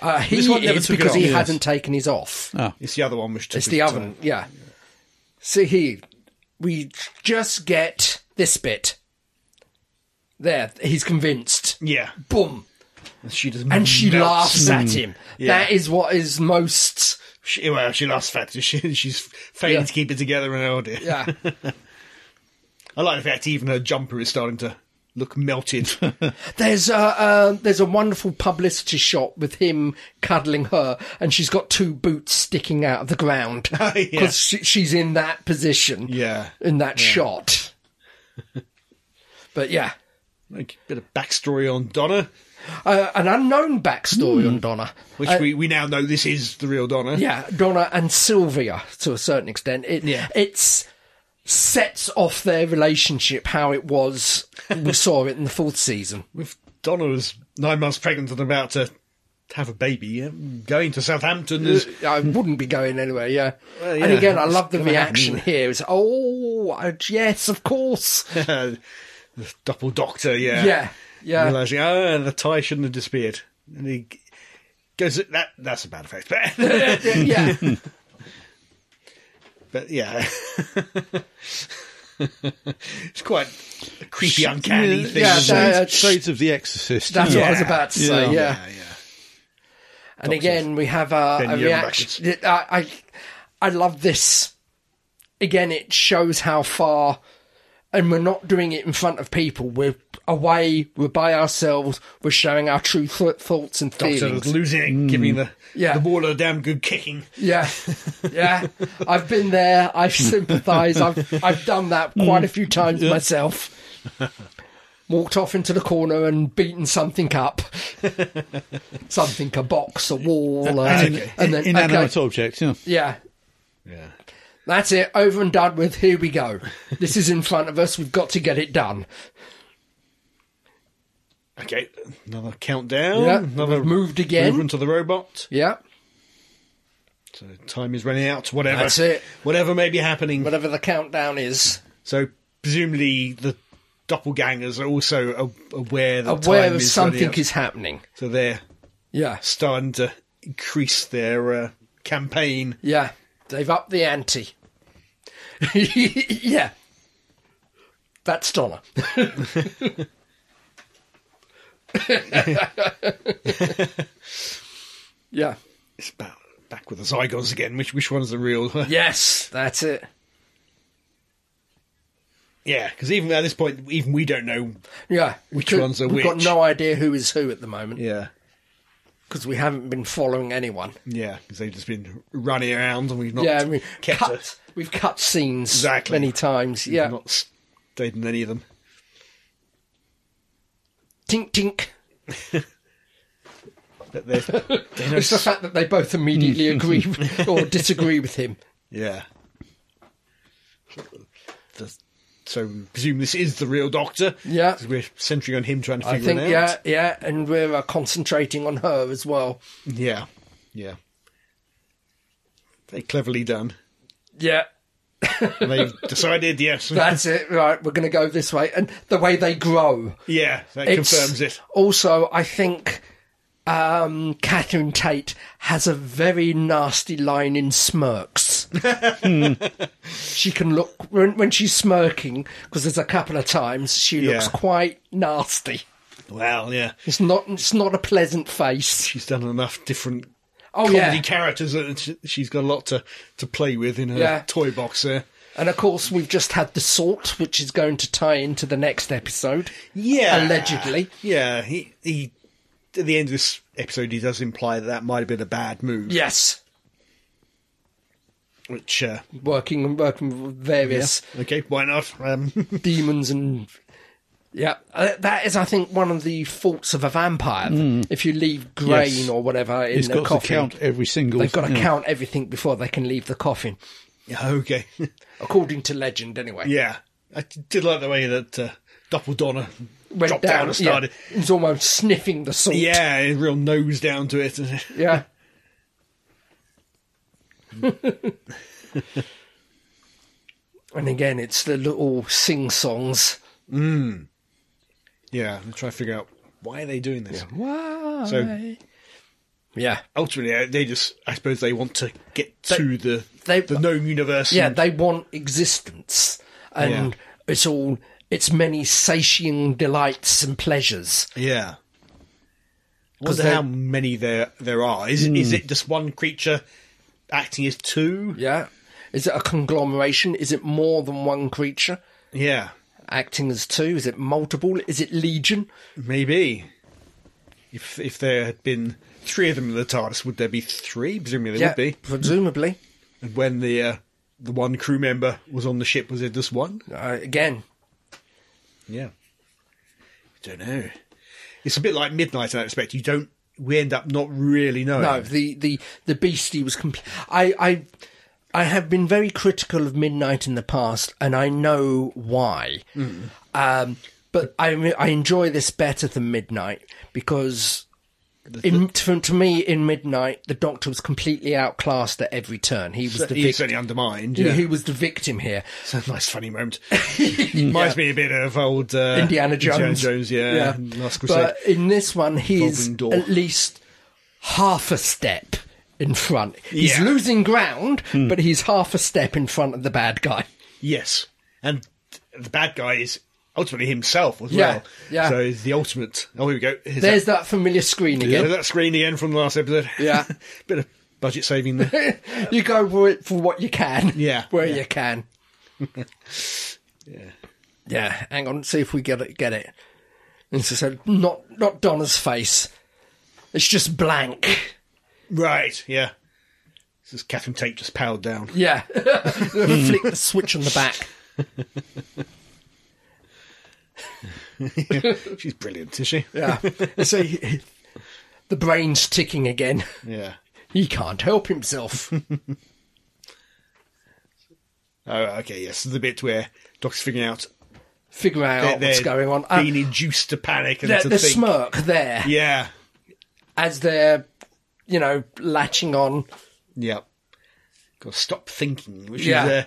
C: Uh, he
B: This one never
C: is
B: took it
C: because
B: off,
C: he
B: yes.
C: hadn't taken his off.
B: It's the other one which took uh,
C: it's
B: his
C: the
B: time.
C: oven, yeah. See here, we just get this bit. There, he's convinced.
B: Yeah,
C: Boom,
B: she does,
C: and she Hmm.
B: melts. Mm.
C: laughs at him. That is what is most.
B: She, well, she laughs fat. She, she's failing
C: Yeah.
B: to keep it together and oh dear.
C: Yeah,
B: I like the fact even her jumper is starting to look melted.
C: there's a uh, there's a wonderful publicity shot with him cuddling her, and she's got two boots sticking out of the ground because
B: Yeah.
C: she, she's in that position.
B: yeah,
C: in that shot. but yeah,
B: like a bit of backstory on Donna,
C: uh, an unknown backstory
B: Hmm.
C: on Donna.
B: which
C: Uh,
B: we, we now know this is the real Donna.
C: yeah, Donna and Sylvia to a certain extent. It
B: Yeah.
C: it's sets off their relationship how it was. we saw it in the fourth season.
B: If Donna was nine months pregnant and about to have a baby, um, going to Southampton is
C: I wouldn't be going anywhere. Yeah.
B: yeah,
C: and again, I love the
B: gonna happen,
C: reaction
B: isn't
C: here. It's oh uh, yes, of course.
B: uh, the double doctor. Yeah,
C: yeah, yeah,
B: Realizing, oh, the tie shouldn't have disappeared, and he g- goes that that's a bad effect, but
C: yeah.
B: but yeah. it's quite a creepy, uncanny thing.
C: yeah,
B: isn't it?
C: that- uh,
A: Shades, Shades of the Exorcist.
C: That's
A: isn't
C: what I was
A: it?
C: about to say.
A: Yeah.
C: yeah.
B: yeah, yeah.
C: And again, we have a,
B: Ben
C: a
B: Yeoman
C: reaction. I, I, I love this. Again, it shows how far and we're not doing it in front of people. We're away. We're by ourselves. We're showing our true th- thoughts and
B: Doctor
C: feelings. Mm.
B: losing it, giving the
C: Yeah.
B: the ball a damn good kicking.
C: Yeah, yeah. I've been there. I've sympathised. I've I've done that quite a few
B: Mm.
C: times myself. Walked off into the corner and beaten something up, something a box, a wall, uh,
A: In-
C: and then
A: inanimate
C: okay,
A: objects, yeah.
C: yeah.
B: Yeah.
C: That's it, over and done with. Here we go. This is in front of us. We've got to get it done.
B: Okay, another countdown.
C: Yeah,
B: another
C: we've moved again.
B: Movement of the robot.
C: Yeah,
B: So uh, time is running out. Whatever.
C: That's it.
B: Whatever may be happening.
C: whatever the countdown is.
B: So presumably the doppelgangers are also a- aware that
C: Aware
B: time
C: of
B: is
C: something
B: running out.
C: is happening.
B: so they're
C: Yeah,
B: starting to increase their uh, campaign.
C: yeah. They've upped the ante. yeah. That's Donna. yeah.
B: It's about back with the Zygons again. Which which one's the real?
C: Yes, that's it.
B: yeah, because even at this point, even we don't know.
C: Yeah.
B: Which
C: We've-
B: one's a
C: We've got
B: which?
C: no idea who is who at the moment
B: Yeah,
C: because we haven't been following anyone.
B: yeah, because they've just been running around and we've not.
C: Yeah, we
B: kept
C: cut.
B: a-
C: We've cut scenes
B: Exactly.
C: many times.
B: we've
C: Yeah,
B: not stayed in any of them.
C: tink tink.
B: But they're- they know.
C: It's the fact that they both immediately agree with- or disagree with him.
B: yeah. The- so presume this is the real Doctor.
C: Yeah.
B: 'Cause we're centering on him trying to
C: I
B: figure
C: think,
B: it
C: yeah,
B: out.
C: yeah, and we're uh, concentrating on her as well.
B: Yeah, yeah, Very cleverly done.
C: Yeah,
B: And they've decided yes.
C: that's it. Right, we're going to go this way, and the way they grow
B: yeah, that
C: it's-
B: confirms it.
C: Also, I think um, Catherine Tate has a very nasty line in smirks. she can look when, when she's smirking because there's a couple of times she looks
B: Yeah.
C: quite nasty.
B: Well, yeah.
C: It's not it's not a pleasant face.
B: she's done enough different
C: Oh,
B: comedy
C: yeah.
B: characters that sh- she's got a lot to, to play with in her
C: Yeah.
B: toy box there.
C: And of course, we've just had the salt, which is going to tie into the next episode.
B: Yeah.
C: Allegedly.
B: Yeah, he, he at the end of this episode, he does imply that that might have been a bad move,
C: Yes,
B: which, uh,
C: working and working with various
B: okay, why not? Um,
C: demons and yeah Uh, that is i think one of the faults of a vampire if you leave grain
A: Hmm. Yes.
C: or whatever in
A: It's
C: the
A: got
C: coffin
A: to count every single.
C: they've got to
A: yeah.
C: count everything before they can leave the coffin
B: yeah, okay.
C: according to legend anyway
B: yeah. I d- did like the way that uh, Doppeldonner
C: went
B: dropped down,
C: down,
B: and
C: yeah.
B: started.
C: it was almost sniffing the salt
B: Yeah, a real nose down to it.
C: yeah and again it's the little sing songs
B: yeah, and try to figure out why are they doing this.
C: why
B: So-
C: yeah
B: ultimately uh, they just i suppose they want to get to the
C: they-
B: the known universe
C: Yeah,
B: and-
C: they want existence, and
B: Yeah.
C: it's all it's many satiating delights and pleasures.
B: yeah
C: Because
B: wonder
C: they- Hmm.
B: how many there there are is, is it just one creature acting as two
C: Yeah, is it a conglomeration? Is it more than one creature
B: yeah
C: acting as two? Is it multiple? Is it legion?
B: maybe if if there had been three of them in the TARDIS would there be three presumably there
C: yeah,
B: would be
C: presumably.
B: and when the uh, the one crew member was on the ship was it just one
C: Uh, again,
B: yeah don't know it's a bit like midnight in that respect you don't we end up not really knowing
C: no. The the the beastie was. Compl- I I I have been very critical of Midnight in the past, and I know why.
B: Hmm.
C: Um, but I I enjoy this better than Midnight because in, to, to me, in Midnight, the Doctor was completely outclassed at every turn. He was
B: He's
C: the victim.
B: certainly undermined.
C: He
B: Yeah.
C: was the victim here.
B: It's a nice funny moment. Reminds me a bit of old uh,
C: Indiana Jones.
B: Jones, yeah. Last Crusade.
C: But in this one, he's
B: Revolving door.
C: at least half a step in front. He's
B: Yeah. Hmm.
C: losing ground, but he's half a step in front of the bad guy.
B: Yes, and the bad guy is ultimately himself as
C: Yeah,
B: well.
C: yeah.
B: So he's the ultimate. Oh, here we go. Here's
C: There's that familiar screen
B: that, there's
C: again.
B: that screen again from the last episode.
C: Yeah.
B: bit of budget saving there.
C: you go for it for what you can.
B: Yeah,
C: Where
B: yeah.
C: you can. Yeah, hang on, see if we get it. Get it. And so, so not not Donna's face. It's just blank.
B: Right, yeah. This is Catherine Tate just powered down.
C: Yeah. Flick the switch on the back.
B: She's brilliant, is she?
C: Yeah. And so he- the brain's ticking again.
B: Yeah.
C: He can't help himself.
B: Oh, okay, yes. This is the bit where Doc's figuring out
C: Figure out
B: they're
C: what's going on. Uh,
B: Being induced to panic and
C: the
B: to
C: the
B: think.
C: smirk there
B: Yeah,
C: as they're, you know, latching on.
B: yeah. Got to stop thinking, which
C: Yeah. Uh,
B: is uh,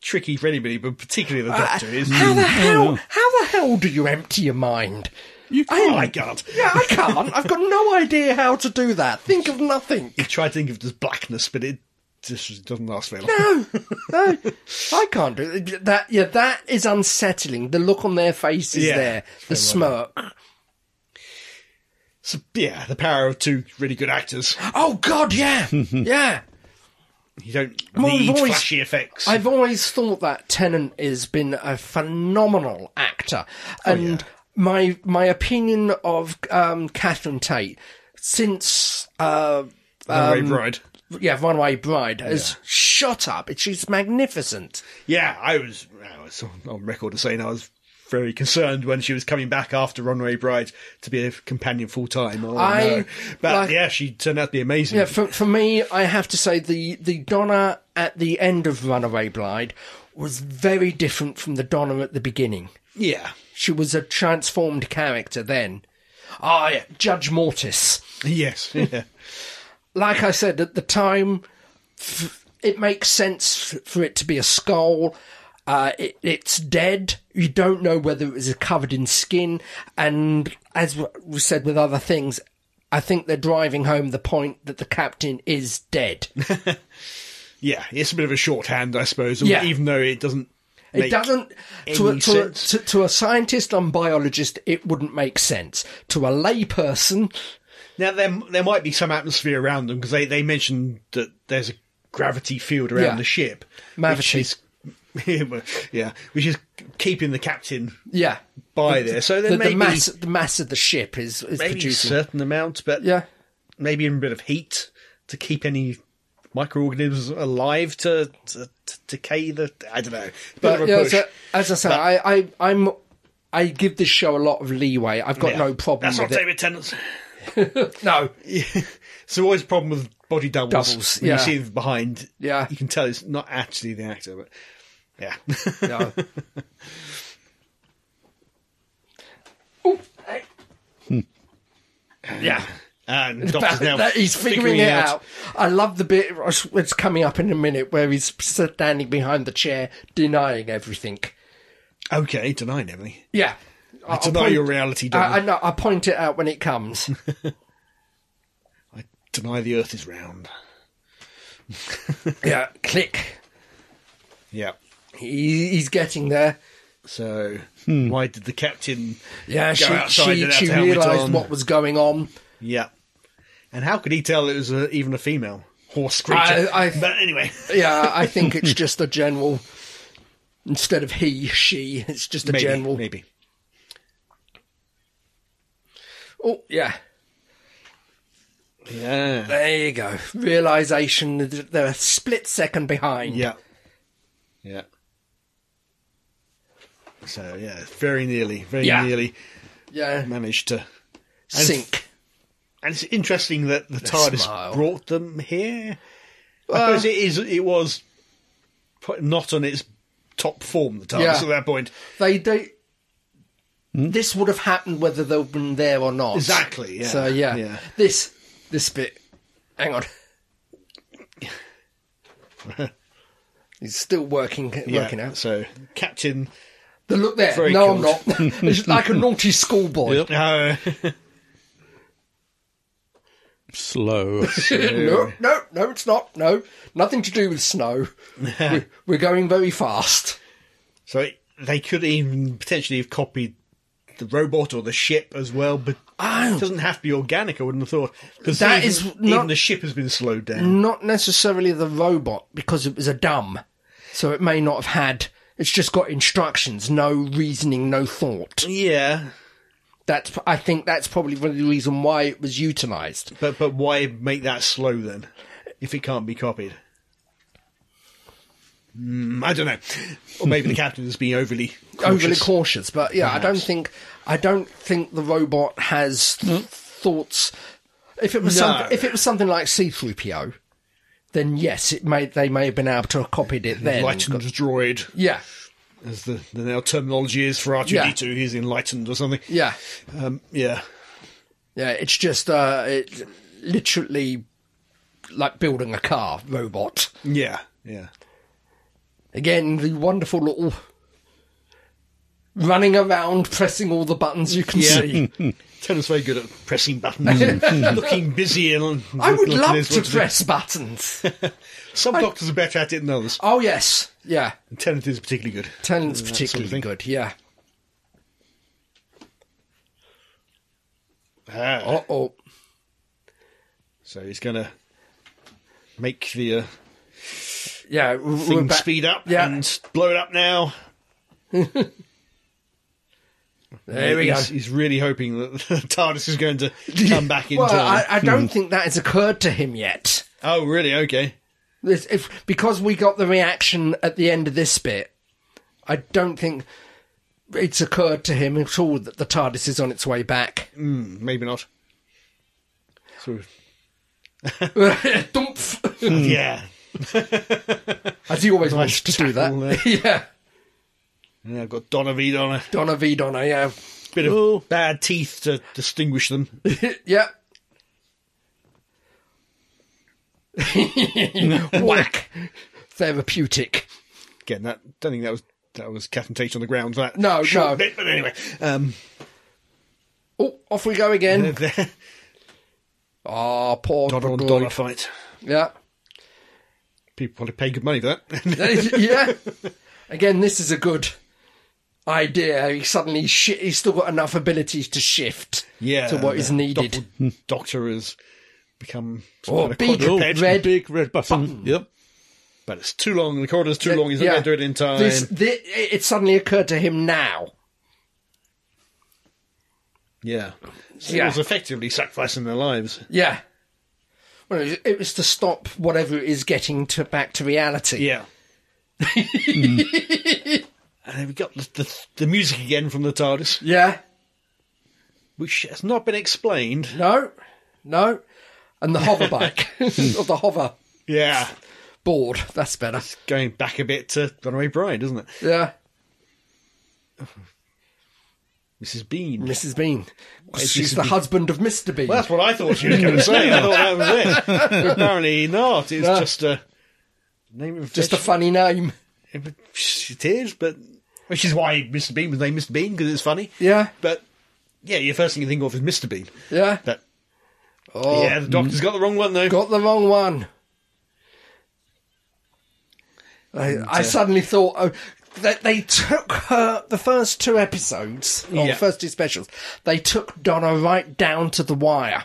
B: tricky for anybody, but particularly the doctor. is
C: How the hell? How the hell do you empty your mind?
B: You
C: I-
B: oh my god!
C: Yeah, I can't. I've got no idea how to do that. Think of nothing.
B: I try to think of this blackness, but it just doesn't last very long.
C: No, no, I can't do it. that. Yeah, that is unsettling. The look on their faces
B: Yeah.
C: there, the smirk.
B: So, yeah, the power of two really good actors.
C: Oh God, yeah, yeah.
B: You don't
C: Well, we've
B: need
C: always-
B: flashy effects.
C: I've always thought that Tennant has been a phenomenal actor, and my my opinion of um, Catherine Tate since uh,
B: No Ray Bride.
C: yeah Runaway Bride has shot up. She's magnificent.
B: Yeah, I was, I was on- on record as saying I was very concerned when she was coming back after Runaway Bride to be a companion full time. Oh,
C: I-
B: no. But
C: like-
B: yeah, she turned out to be amazing.
C: Yeah, for, for me, I have to say the, the Donna at the end of Runaway Bride was very different from the Donna at the beginning.
B: yeah.
C: She was a transformed character then. Ah, yeah, Judge Mortis.
B: Yes. Yeah.
C: Like I said at the time, f- it makes sense f- for it to be a skull. Uh, it, it's dead. You don't know whether it was covered in skin. And as w- we said with other things, I think they're driving home the point that the captain is dead.
B: yeah. It's a bit of a shorthand, I suppose,
C: Yeah.
B: even though it doesn't.
C: It
B: make-
C: doesn't to a,
B: any
C: to, a,
B: sense.
C: to, to a scientist and biologist. It wouldn't make sense to a layperson.
B: Now, there, there might be some atmosphere around them because they, they mentioned that there's a gravity field around
C: Yeah.
B: the ship.
C: Mavity.
B: Which is, yeah. Which is keeping the captain
C: Yeah,
B: by there. So
C: the,
B: there may
C: the
B: be
C: mass the mass of the ship is is
B: maybe a
C: producing.
B: certain amount, but
C: Yeah,
B: maybe even a bit of heat to keep any microorganisms alive to, to, to decay the. I don't know. But
C: but yeah, as, I- as I say, I, I I'm I give this show a lot of leeway. I've got no problem
B: That's
C: with
B: not David
C: it.
B: Tennant's.
C: No,
B: So always a problem with body doubles.
C: Doubles,
B: when
C: yeah.
B: You see them behind.
C: Yeah.
B: You can tell it's not actually the actor, but yeah.
C: no. Ooh, hey. Yeah.
B: and Doctor's now
C: That- he's figuring, it out. I love the bit it's coming up in a minute where he's standing behind the chair denying everything.
B: Okay, denying everything.
C: Yeah, I- I'll
B: Deny
C: point- uh,
B: your reality,
C: I,
B: Donna.
C: I know. I point it out when it comes.
B: I deny the Earth is round.
C: yeah, click.
B: Yeah.
C: He, he's getting there.
B: So
C: Hmm.
B: why did the captain?
C: Yeah,
B: go
C: she
B: outside
C: she,
B: without
C: she
B: the helmet
C: realised
B: on?
C: what was going on.
B: Yeah. And how could he tell it was a, even a female horse creature?
C: I- I-
B: but anyway,
C: Yeah, I think it's just a general. Instead of he, she, it's just a
B: maybe,
C: general.
B: maybe.
C: Oh yeah,
B: Yeah.
C: there you go. Realisation. that They're a split second behind.
B: Yeah. Yeah. So yeah, very nearly, very
C: Yeah.
B: nearly
C: yeah.
B: managed to. And-
C: Sink.
B: And it's interesting that the TARDIS
C: smile.
B: brought them here. I suppose it is. It was pro- not on its top form. The TARDIS
C: Yeah.
B: at that point.
C: They do. This would have happened whether they'd been there or not.
B: Exactly, yeah,
C: So yeah,
B: yeah.
C: this this bit. Hang on. He's still working working
B: yeah.
C: out.
B: So Captain.
C: The look there.
B: Very
C: no,
B: cool.
C: I'm not. it's like a naughty schoolboy.
A: Yep.
B: No.
A: Slow.
C: no, no, no, it's not. No, nothing to do with snow. we're, we're going very fast.
B: So it, they could even potentially have copied the robot or the ship as well, but
C: Oh.
B: it doesn't have to be organic. I wouldn't have thought because
C: That
B: even,
C: is
B: even
C: not-
B: the ship has been slowed down.
C: Not necessarily the robot because it was a dumb, so it may not have had It's just got instructions, no reasoning, no thought.
B: Yeah,
C: That's I think that's probably one of the reason why it was utilised.
B: but but why make that slow then, if it can't be copied? Mm, I don't know. Or maybe the captain is being overly cautious.
C: Overly cautious, but yeah, I don't think I don't think the robot has th- thoughts. If it was
B: Hmm? No.
C: something, if it was something like C-3PO, then yes, it may they may have been able to have copied it then.
B: enlightened droid,
C: Yeah,
B: as the, the now terminology is for R two D two. He's enlightened or something.
C: yeah.
B: Um, yeah.
C: Yeah, it's just uh, it literally like building a car robot.
B: Yeah, yeah.
C: Again, the wonderful little running around, pressing all the buttons you can see.
B: Tennis very good at pressing buttons, and looking busy, and
C: Mm. I would
B: looking
C: love
B: as
C: to
B: what
C: press buttons.
B: Some doctors are better at it than others.
C: Oh yes, yeah.
B: And Tennant is particularly good.
C: Talent's
B: That sort of
C: particularly
B: thing.
C: good. Yeah.
B: Ah,
C: Uh oh.
B: So he's going to make the uh,
C: Yeah. we- we're
B: thing
C: back-
B: speed up
C: Yeah.
B: and blow it up now.
C: There we go.
B: he's, He's really hoping that the TARDIS is going to come back Hmm. in
C: Well, I,
B: time.
C: I don't think that has occurred to him yet.
B: Oh, really? Okay.
C: This- if because we got the reaction at the end of this bit, I don't think it's occurred to him at all that the TARDIS is on its way back.
B: Mm, maybe not. Sort of-
C: Dumpf.
B: Yeah.
C: As he always wants to do
B: tackle
C: that. yeah.
B: And I've got Donovan on a
C: Donna V Donna, yeah.
B: bit of bad teeth to distinguish them.
C: yeah. Whack. Therapeutic.
B: Again, that don't think that was that was Captain Tate on the ground for that.
C: No,
B: short
C: no.
B: Bit, but anyway, um,
C: Oh, off we go again.
B: Donna
C: Ah, poor
B: on
C: Dodoy.
B: Donna fight.
C: Yeah.
B: People probably pay good money for that.
C: yeah. Again, this is a good idea. He suddenly shi he's still got enough abilities to shift
B: yeah,
C: to what is
B: the
C: needed.
B: doc- doctor has become some
C: Oh,
B: kind of
C: big
B: quadruped,
C: Red
A: big red button. Yep.
B: but it's too long. The corridor's too long. He's not going to do it in time.
C: This, thi- it it suddenly occurred to him now.
B: yeah, so
C: Yeah.
B: it was effectively sacrificing their lives.
C: Yeah. Well, it was, it was to stop whatever it is getting to back to reality.
B: Yeah. Mm. And then we got the, the, the music again from the TARDIS,
C: Yeah.
B: which has not been explained.
C: No. No. And the hover bike. or the hover
B: Yeah,
C: board. That's better.
B: going back a bit to Runaway Bride, isn't it?
C: Yeah.
B: Mrs. Bean.
C: Mrs. Bean.
B: is
C: She's
B: Mrs.
C: the
B: Bean?
C: husband of Mr. Bean.
B: Well, that's what I thought she was going to say. I thought that was it. But apparently not. It's just a name of
C: Uh. Just a funny name.
B: It is, but which is why Mr. Bean was named Mr. Bean because it's funny.
C: Yeah.
B: But yeah, your first thing you think of is Mr. Bean.
C: Yeah.
B: But
C: Oh,
B: yeah, the doctor's got the wrong one though.
C: got the wrong one. I, I
B: uh,
C: suddenly thought oh, that they took her the first two episodes,
B: Yeah.
C: or the first two specials. They took Donna right down to the wire.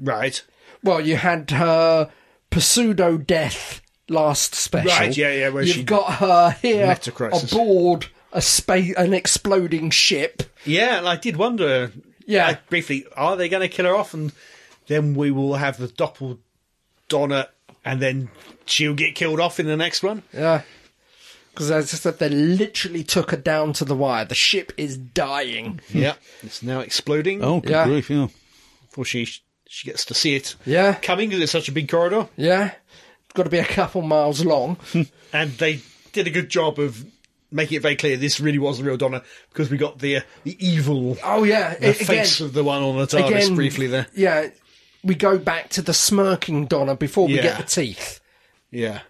B: Right.
C: Well, you had her pseudo death last special.
B: Right, yeah, yeah, where
C: You've
B: she
C: got her here
B: met a crisis.
C: aboard a space, an exploding ship.
B: Yeah, and I did wonder
C: Yeah.
B: like, briefly, are they going to kill her off, and then we will have the doppel Donna, and then she'll get killed off in the next one.
C: Yeah. Because as I said, they literally took her down to the wire. The ship is dying.
B: yeah, it's now exploding.
A: Oh, good
C: Yeah.
A: grief, yeah.
B: Before she she gets to see it
C: Yeah.
B: coming because it's such a big corridor.
C: Yeah. It's got to be a couple miles long.
B: and they did a good job of making it very clear this really was the real Donna because we got the uh, the evil
C: oh, yeah.
B: the
C: it- again,
B: face of the one on the TARDIS
C: again,
B: briefly there.
C: Yeah. We go back to the smirking Donna before we
B: Yeah.
C: get the teeth.
B: Yeah,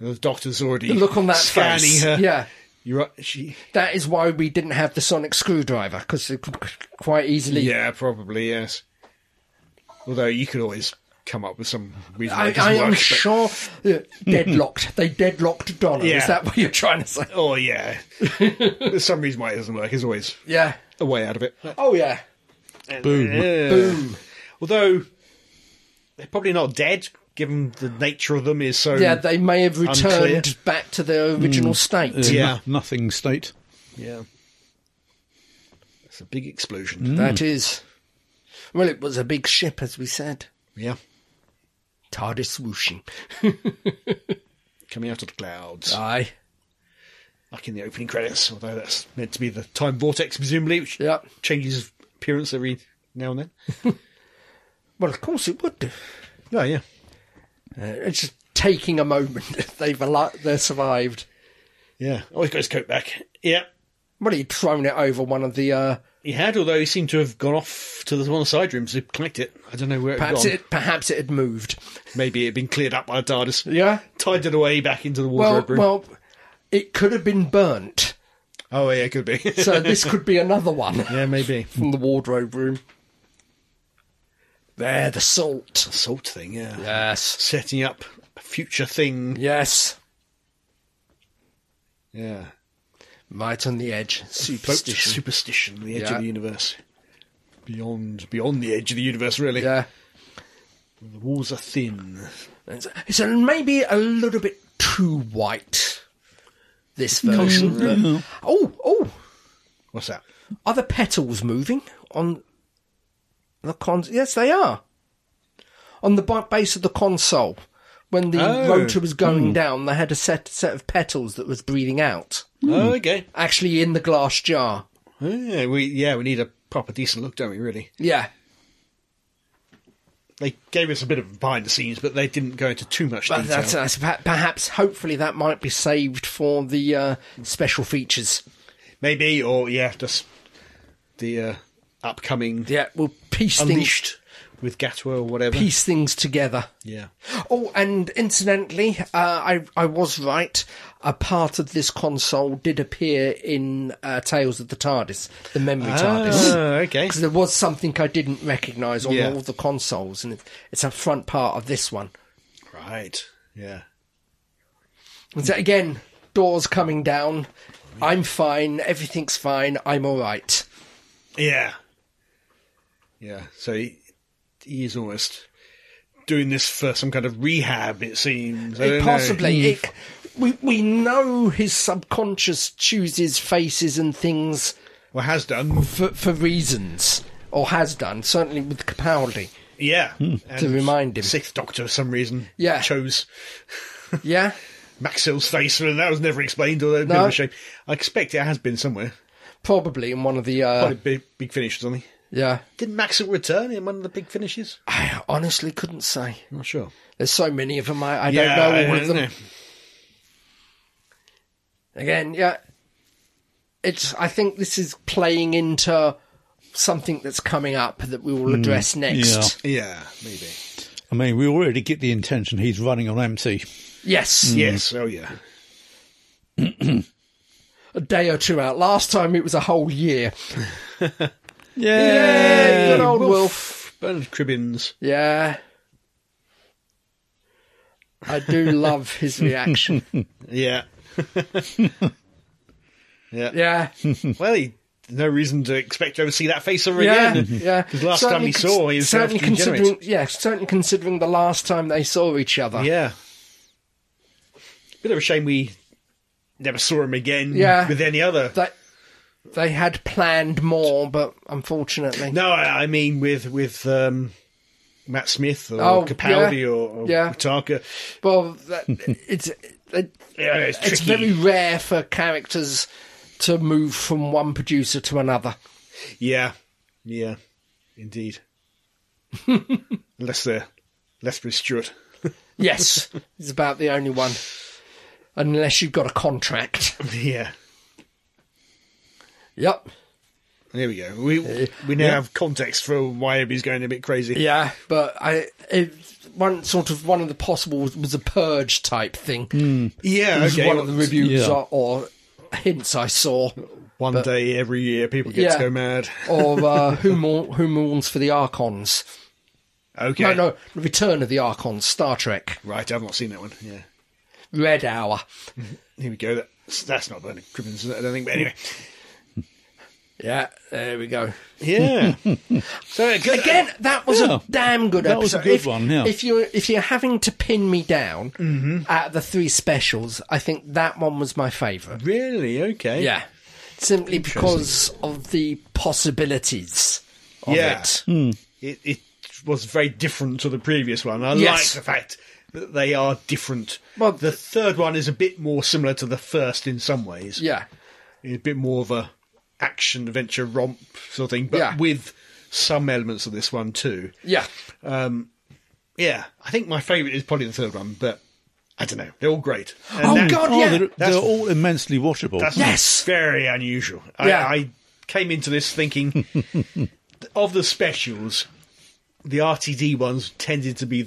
B: and the doctor's already
C: The look on that
B: scanning
C: face.
B: her.
C: Yeah.
B: you're right. She
C: That is why we didn't have the sonic screwdriver, because it could quite easily.
B: yeah, probably yes. Although you could always come up with some reason why
C: I,
B: it doesn't
C: I am
B: work, but-
C: sure yeah, deadlocked. they deadlocked Donna.
B: Yeah.
C: Is that what you're trying to say?
B: Oh yeah, there's some reason why it doesn't work. There's always
C: Yeah.
B: a way out of it.
C: Oh yeah.
A: Boom.
B: Boom. Although they're probably not dead given the nature of them is so.
C: Yeah, they may have returned
B: Unclear.
C: back to their original state.
A: Uh,
B: Yeah.
A: no- nothing state.
B: yeah. It's a big explosion.
C: That is. Well, it was a big ship, as we said.
B: Yeah.
C: TARDIS swooshing.
B: Coming out of the clouds.
C: Aye.
B: like in the opening credits, although that's meant to be the time vortex, presumably, which
C: Yeah.
B: changes appearance every now and then.
C: Well, of course it would do.
B: Oh, yeah.
C: Uh, it's just taking a moment. They've al- they survived.
B: Yeah. Oh, he's got his coat back. Yeah.
C: Well, he'd thrown it over one of the. Uh,
B: He had, although he seemed to have gone off to the one of the side rooms to collect it. I don't know where it had
C: perhaps
B: gone.
C: it. Perhaps it had moved.
B: Maybe it had been cleared up by the TARDIS.
C: Yeah.
B: Tied it away back into the
C: Well,
B: wardrobe room.
C: well, it could have been burnt.
B: oh, yeah, it could be.
C: So this could be another one
B: yeah, maybe.
C: from the wardrobe room. There, the salt.
B: Salt thing, yeah.
C: Yes.
B: Setting up a future thing.
C: Yes.
B: Yeah.
C: Right on the edge.
B: Folk
C: Superstition.
B: superstition, the edge
C: Yeah.
B: of the universe. Beyond, beyond the edge of the universe, really.
C: Yeah.
B: The walls are thin.
C: It's, it's a, maybe a little bit too white. This version. Oh, oh.
B: What's that?
C: Are the petals moving on the cons? Yes, they are. On the bo- base of the console, when the
B: Oh.
C: rotor was going down, they had a set set of petals that was breathing out.
B: Oh, okay.
C: Actually, in the glass jar.
B: Yeah, we yeah we need a proper decent look, don't we? Really,
C: Yeah.
B: they gave us a bit of behind the scenes, but they didn't go into too much
C: But
B: detail.
C: that's, uh, that's perha- perhaps, hopefully, that might be saved for the uh, special features.
B: Maybe or yeah, just the uh, upcoming
C: Yeah, we'll piece things,
B: unleashed with Gatwa or whatever.
C: piece things together.
B: Yeah,
C: Oh, and incidentally, uh, I I was right. A part of this console did appear in uh, Tales of the TARDIS, the memory TARDIS.
B: Oh, okay.
C: Because there was something I didn't recognise on
B: Yeah.
C: all the consoles, and it, it's a front part of this one.
B: Right. Yeah.
C: And so again, doors coming down. I'm fine. Everything's fine. I'm all right.
B: Yeah. Yeah. So he, he is almost doing this for some kind of rehab. It seems. I don't know. Hmm.
C: possibly. It, we we know his subconscious chooses faces and things
B: Well, has done.
C: for for reasons, or has done certainly with Capaldi.
B: Yeah.
C: to
B: Hmm. And
C: remind him.
B: Sixth Doctor, for some reason,
C: Yeah.
B: chose
C: Yeah,
B: Maxill's face, and that was never explained, although a bit
C: No.
B: of a shame. I expect it has been somewhere.
C: probably in one of the. Uh,
B: Probably big, big finish or something.
C: yeah,
B: Did Maxill return in one of the big finishes?
C: I honestly couldn't say.
B: I'm not sure.
C: There's so many of them. I, I
B: Yeah,
C: don't know all
B: I
C: of
B: don't
C: them.
B: know.
C: Again, yeah, it's. I think this is playing into something that's coming up that we
B: Hmm.
C: will address next.
B: Yeah, maybe.
A: I mean, we already get the intention he's running on empty.
C: Yes,
B: Yes, oh yeah.
C: a day or two out. Last time it was a whole year.
A: Yeah.
C: Good old Wolf.
B: Bernard Cribbins.
C: Yeah. I do love his reaction.
B: Yeah. yeah.
C: Yeah.
B: Well, he, no reason to expect to ever see that face ever
C: Yeah,
B: again.
C: yeah.
B: Because Mm-hmm. last time he
C: cons-
B: saw, he was
C: certainly
B: half degenerate.
C: considering, yeah, certainly considering the last time they saw each other.
B: Yeah. Bit of a shame we never saw him again
C: Yeah.
B: with any other
C: They, they had planned more, but unfortunately,
B: No, I I mean with with um, Matt Smith or
C: Oh,
B: Capaldi
C: yeah.
B: or, or
C: Yeah.
B: Whittaker.
C: well, that, it's it,
B: Yeah, it's
C: Uh, it's
B: tricky.
C: very rare for characters to move from one producer to another.
B: Yeah, yeah, indeed. Unless they're Lethbridge Stewart.
C: Yes, it's about the only one, unless you've got a contract.
B: yeah,
C: Yep.
B: there we go. We we now have context for why he's going a bit crazy.
C: Uh, Yeah, but I it, one sort of one of the possible was, was a purge type thing.
B: Hmm. Yeah,
C: was
B: okay.
C: one of the reviews
A: yeah.
C: or, or hints I saw,
B: One day every year, people get
C: Yeah.
B: to go mad.
C: or uh, who, mourn, who mourns for the Archons.
B: Okay,
C: No, no, Return of the Archons, Star Trek,
B: right. I've not seen that one. Yeah,
C: Red Hour.
B: here we go. That's, that's not Bernard Cribbins, I don't think. But anyway,
C: Yeah, there we go.
B: Yeah. so again,
C: Again, that was
A: Yeah.
C: a damn good
A: That
C: episode.
A: was a good
C: if,
A: one, yeah.
C: If you're if you're having to pin me down
B: Mm-hmm.
C: at the three specials, I think that one was my favourite.
B: really okay.
C: Yeah, simply because of the possibilities of
B: Yeah. Hmm. It,
C: it.
B: it was very different to the previous one. I
C: Yes.
B: like the fact that they are different.
C: Well,
B: the third one is a bit more similar to the first in some ways.
C: Yeah,
B: It's a bit more of a action adventure romp sort of thing, but
C: Yeah.
B: with some elements of this one too.
C: yeah,
B: Yeah, I think my favourite is probably the third one, but I don't know. They're all great. And
C: Oh,
B: that-
C: God,
A: Oh,
C: yeah.
A: they're,
B: That's-
A: they're all immensely watchable.
B: That's
C: Yes.
B: very unusual.
C: Yeah.
B: I, I came into this thinking of the specials, the RTD ones tended to be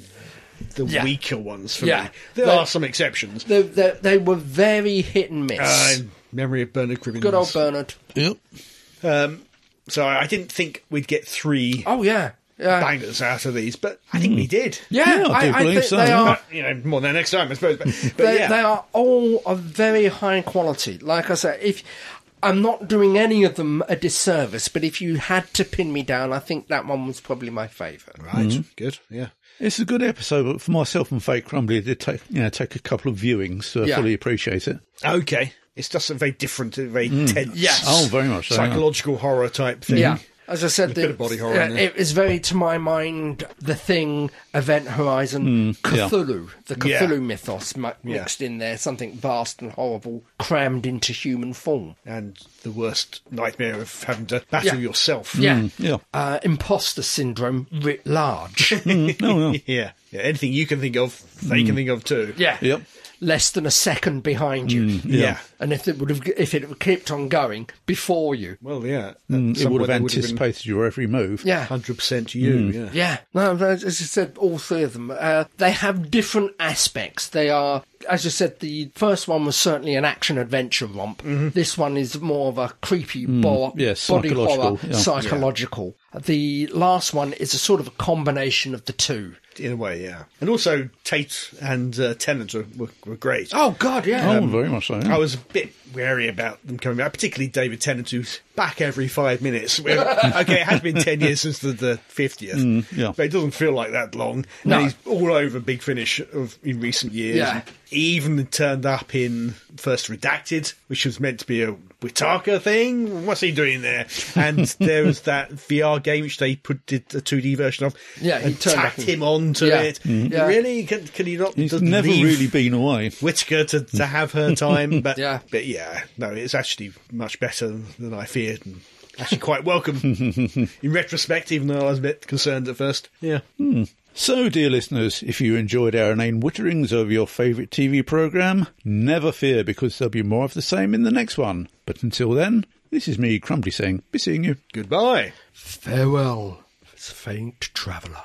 B: the
C: Yeah.
B: weaker ones for
C: Yeah.
B: me. There
C: They-
B: are some exceptions.
C: they, they, they were very hit and miss.
B: Uh, in memory of Bernard Cribbins.
C: good old Bernard.
A: Yep.
B: So I didn't think we'd get three
C: Oh yeah, yeah,
B: bangers out of these, but I think we did.
C: yeah.
A: Yeah, I do
C: I, I
A: believe
C: think
A: so,
C: they
A: yeah.
C: are.
B: But, you know, more than next time, I suppose. But, but
C: they,
B: yeah,
C: they are all of very high quality. Like I said, if I'm not doing any of them a disservice, but if you had to pin me down, I think that one was probably my favourite.
B: right, good, yeah.
A: It's a good episode, but for myself and Fake Crumbly, it did take, you know, take a couple of viewings to
C: Yeah.
A: fully appreciate it.
B: Okay, it's just a very different, a very tense,
C: Yes.
A: Oh, very much so. yeah.
B: psychological horror type thing.
C: Yeah. As I said,
B: bit of body horror in there.
C: it is very, to my mind, the thing, Event Horizon,
A: yeah.
C: Cthulhu, the
B: Yeah.
C: Cthulhu mythos mi- mixed in there, something vast and horrible crammed into human form.
B: and the worst nightmare of having to battle
C: Yeah.
B: yourself.
C: Yeah.
A: Yeah.
C: Uh, imposter syndrome writ large.
A: No, Mm. no.
B: yeah, yeah. Anything you can think of, they can think of too.
C: yeah.
A: Yep. Mm.
C: Less than a second behind you.
B: yeah.
C: And if it would have, if it had kept on going before you,
B: Well, yeah,
A: Mm, It would have anticipated Mm. your every move.
C: yeah,
B: hundred percent you. Yeah.
C: yeah. No, as I said, all three of them, uh, they have different aspects. They are, as you said, the first one was certainly an action adventure romp. This one is more of a creepy bo-
A: yeah,
C: body
A: Mm. psychological,
C: horror,
A: yeah.
C: psychological. The last one is a sort of a combination of the two.
B: in a way, yeah. And also Tate and uh, Tennant were, were, were great.
C: Oh God, yeah,
A: Oh, very much
C: Mm.
A: so.
B: I
A: Yeah.
B: was a bit wary about them coming back, particularly David Tennant, who's back every five minutes. Well, okay, it has been ten years since the- the fiftieth,
A: yeah.
B: but it doesn't feel like that long.
C: Mm, No.
B: And he's all over Big Finish of in recent years.
C: Yeah.
B: He even turned up in First Redacted, which was meant to be a Witaka thing. What's he doing there? And there was that VR game which they put did a two D version of.
C: Yeah, he
B: and
C: turned up
B: tacked
C: and-
B: him onto
C: Yeah.
B: it.
C: Mhm. Yeah.
B: Really? Can, can he not?
A: He's
B: just
A: never
B: leave?
A: really been away.
B: Whitaker to, to have her time, but
C: Yeah.
B: but yeah, no, it's actually much better than I feared, and actually quite welcome in retrospect, even though I was a bit concerned at first. Yeah,
A: So, dear listeners, if you enjoyed our inane witterings over your favourite TV programme, never fear because there'll be more of the same in the next one. But until then, this is me, Crumbly, saying, be seeing you.
B: goodbye.
C: farewell, faint traveller.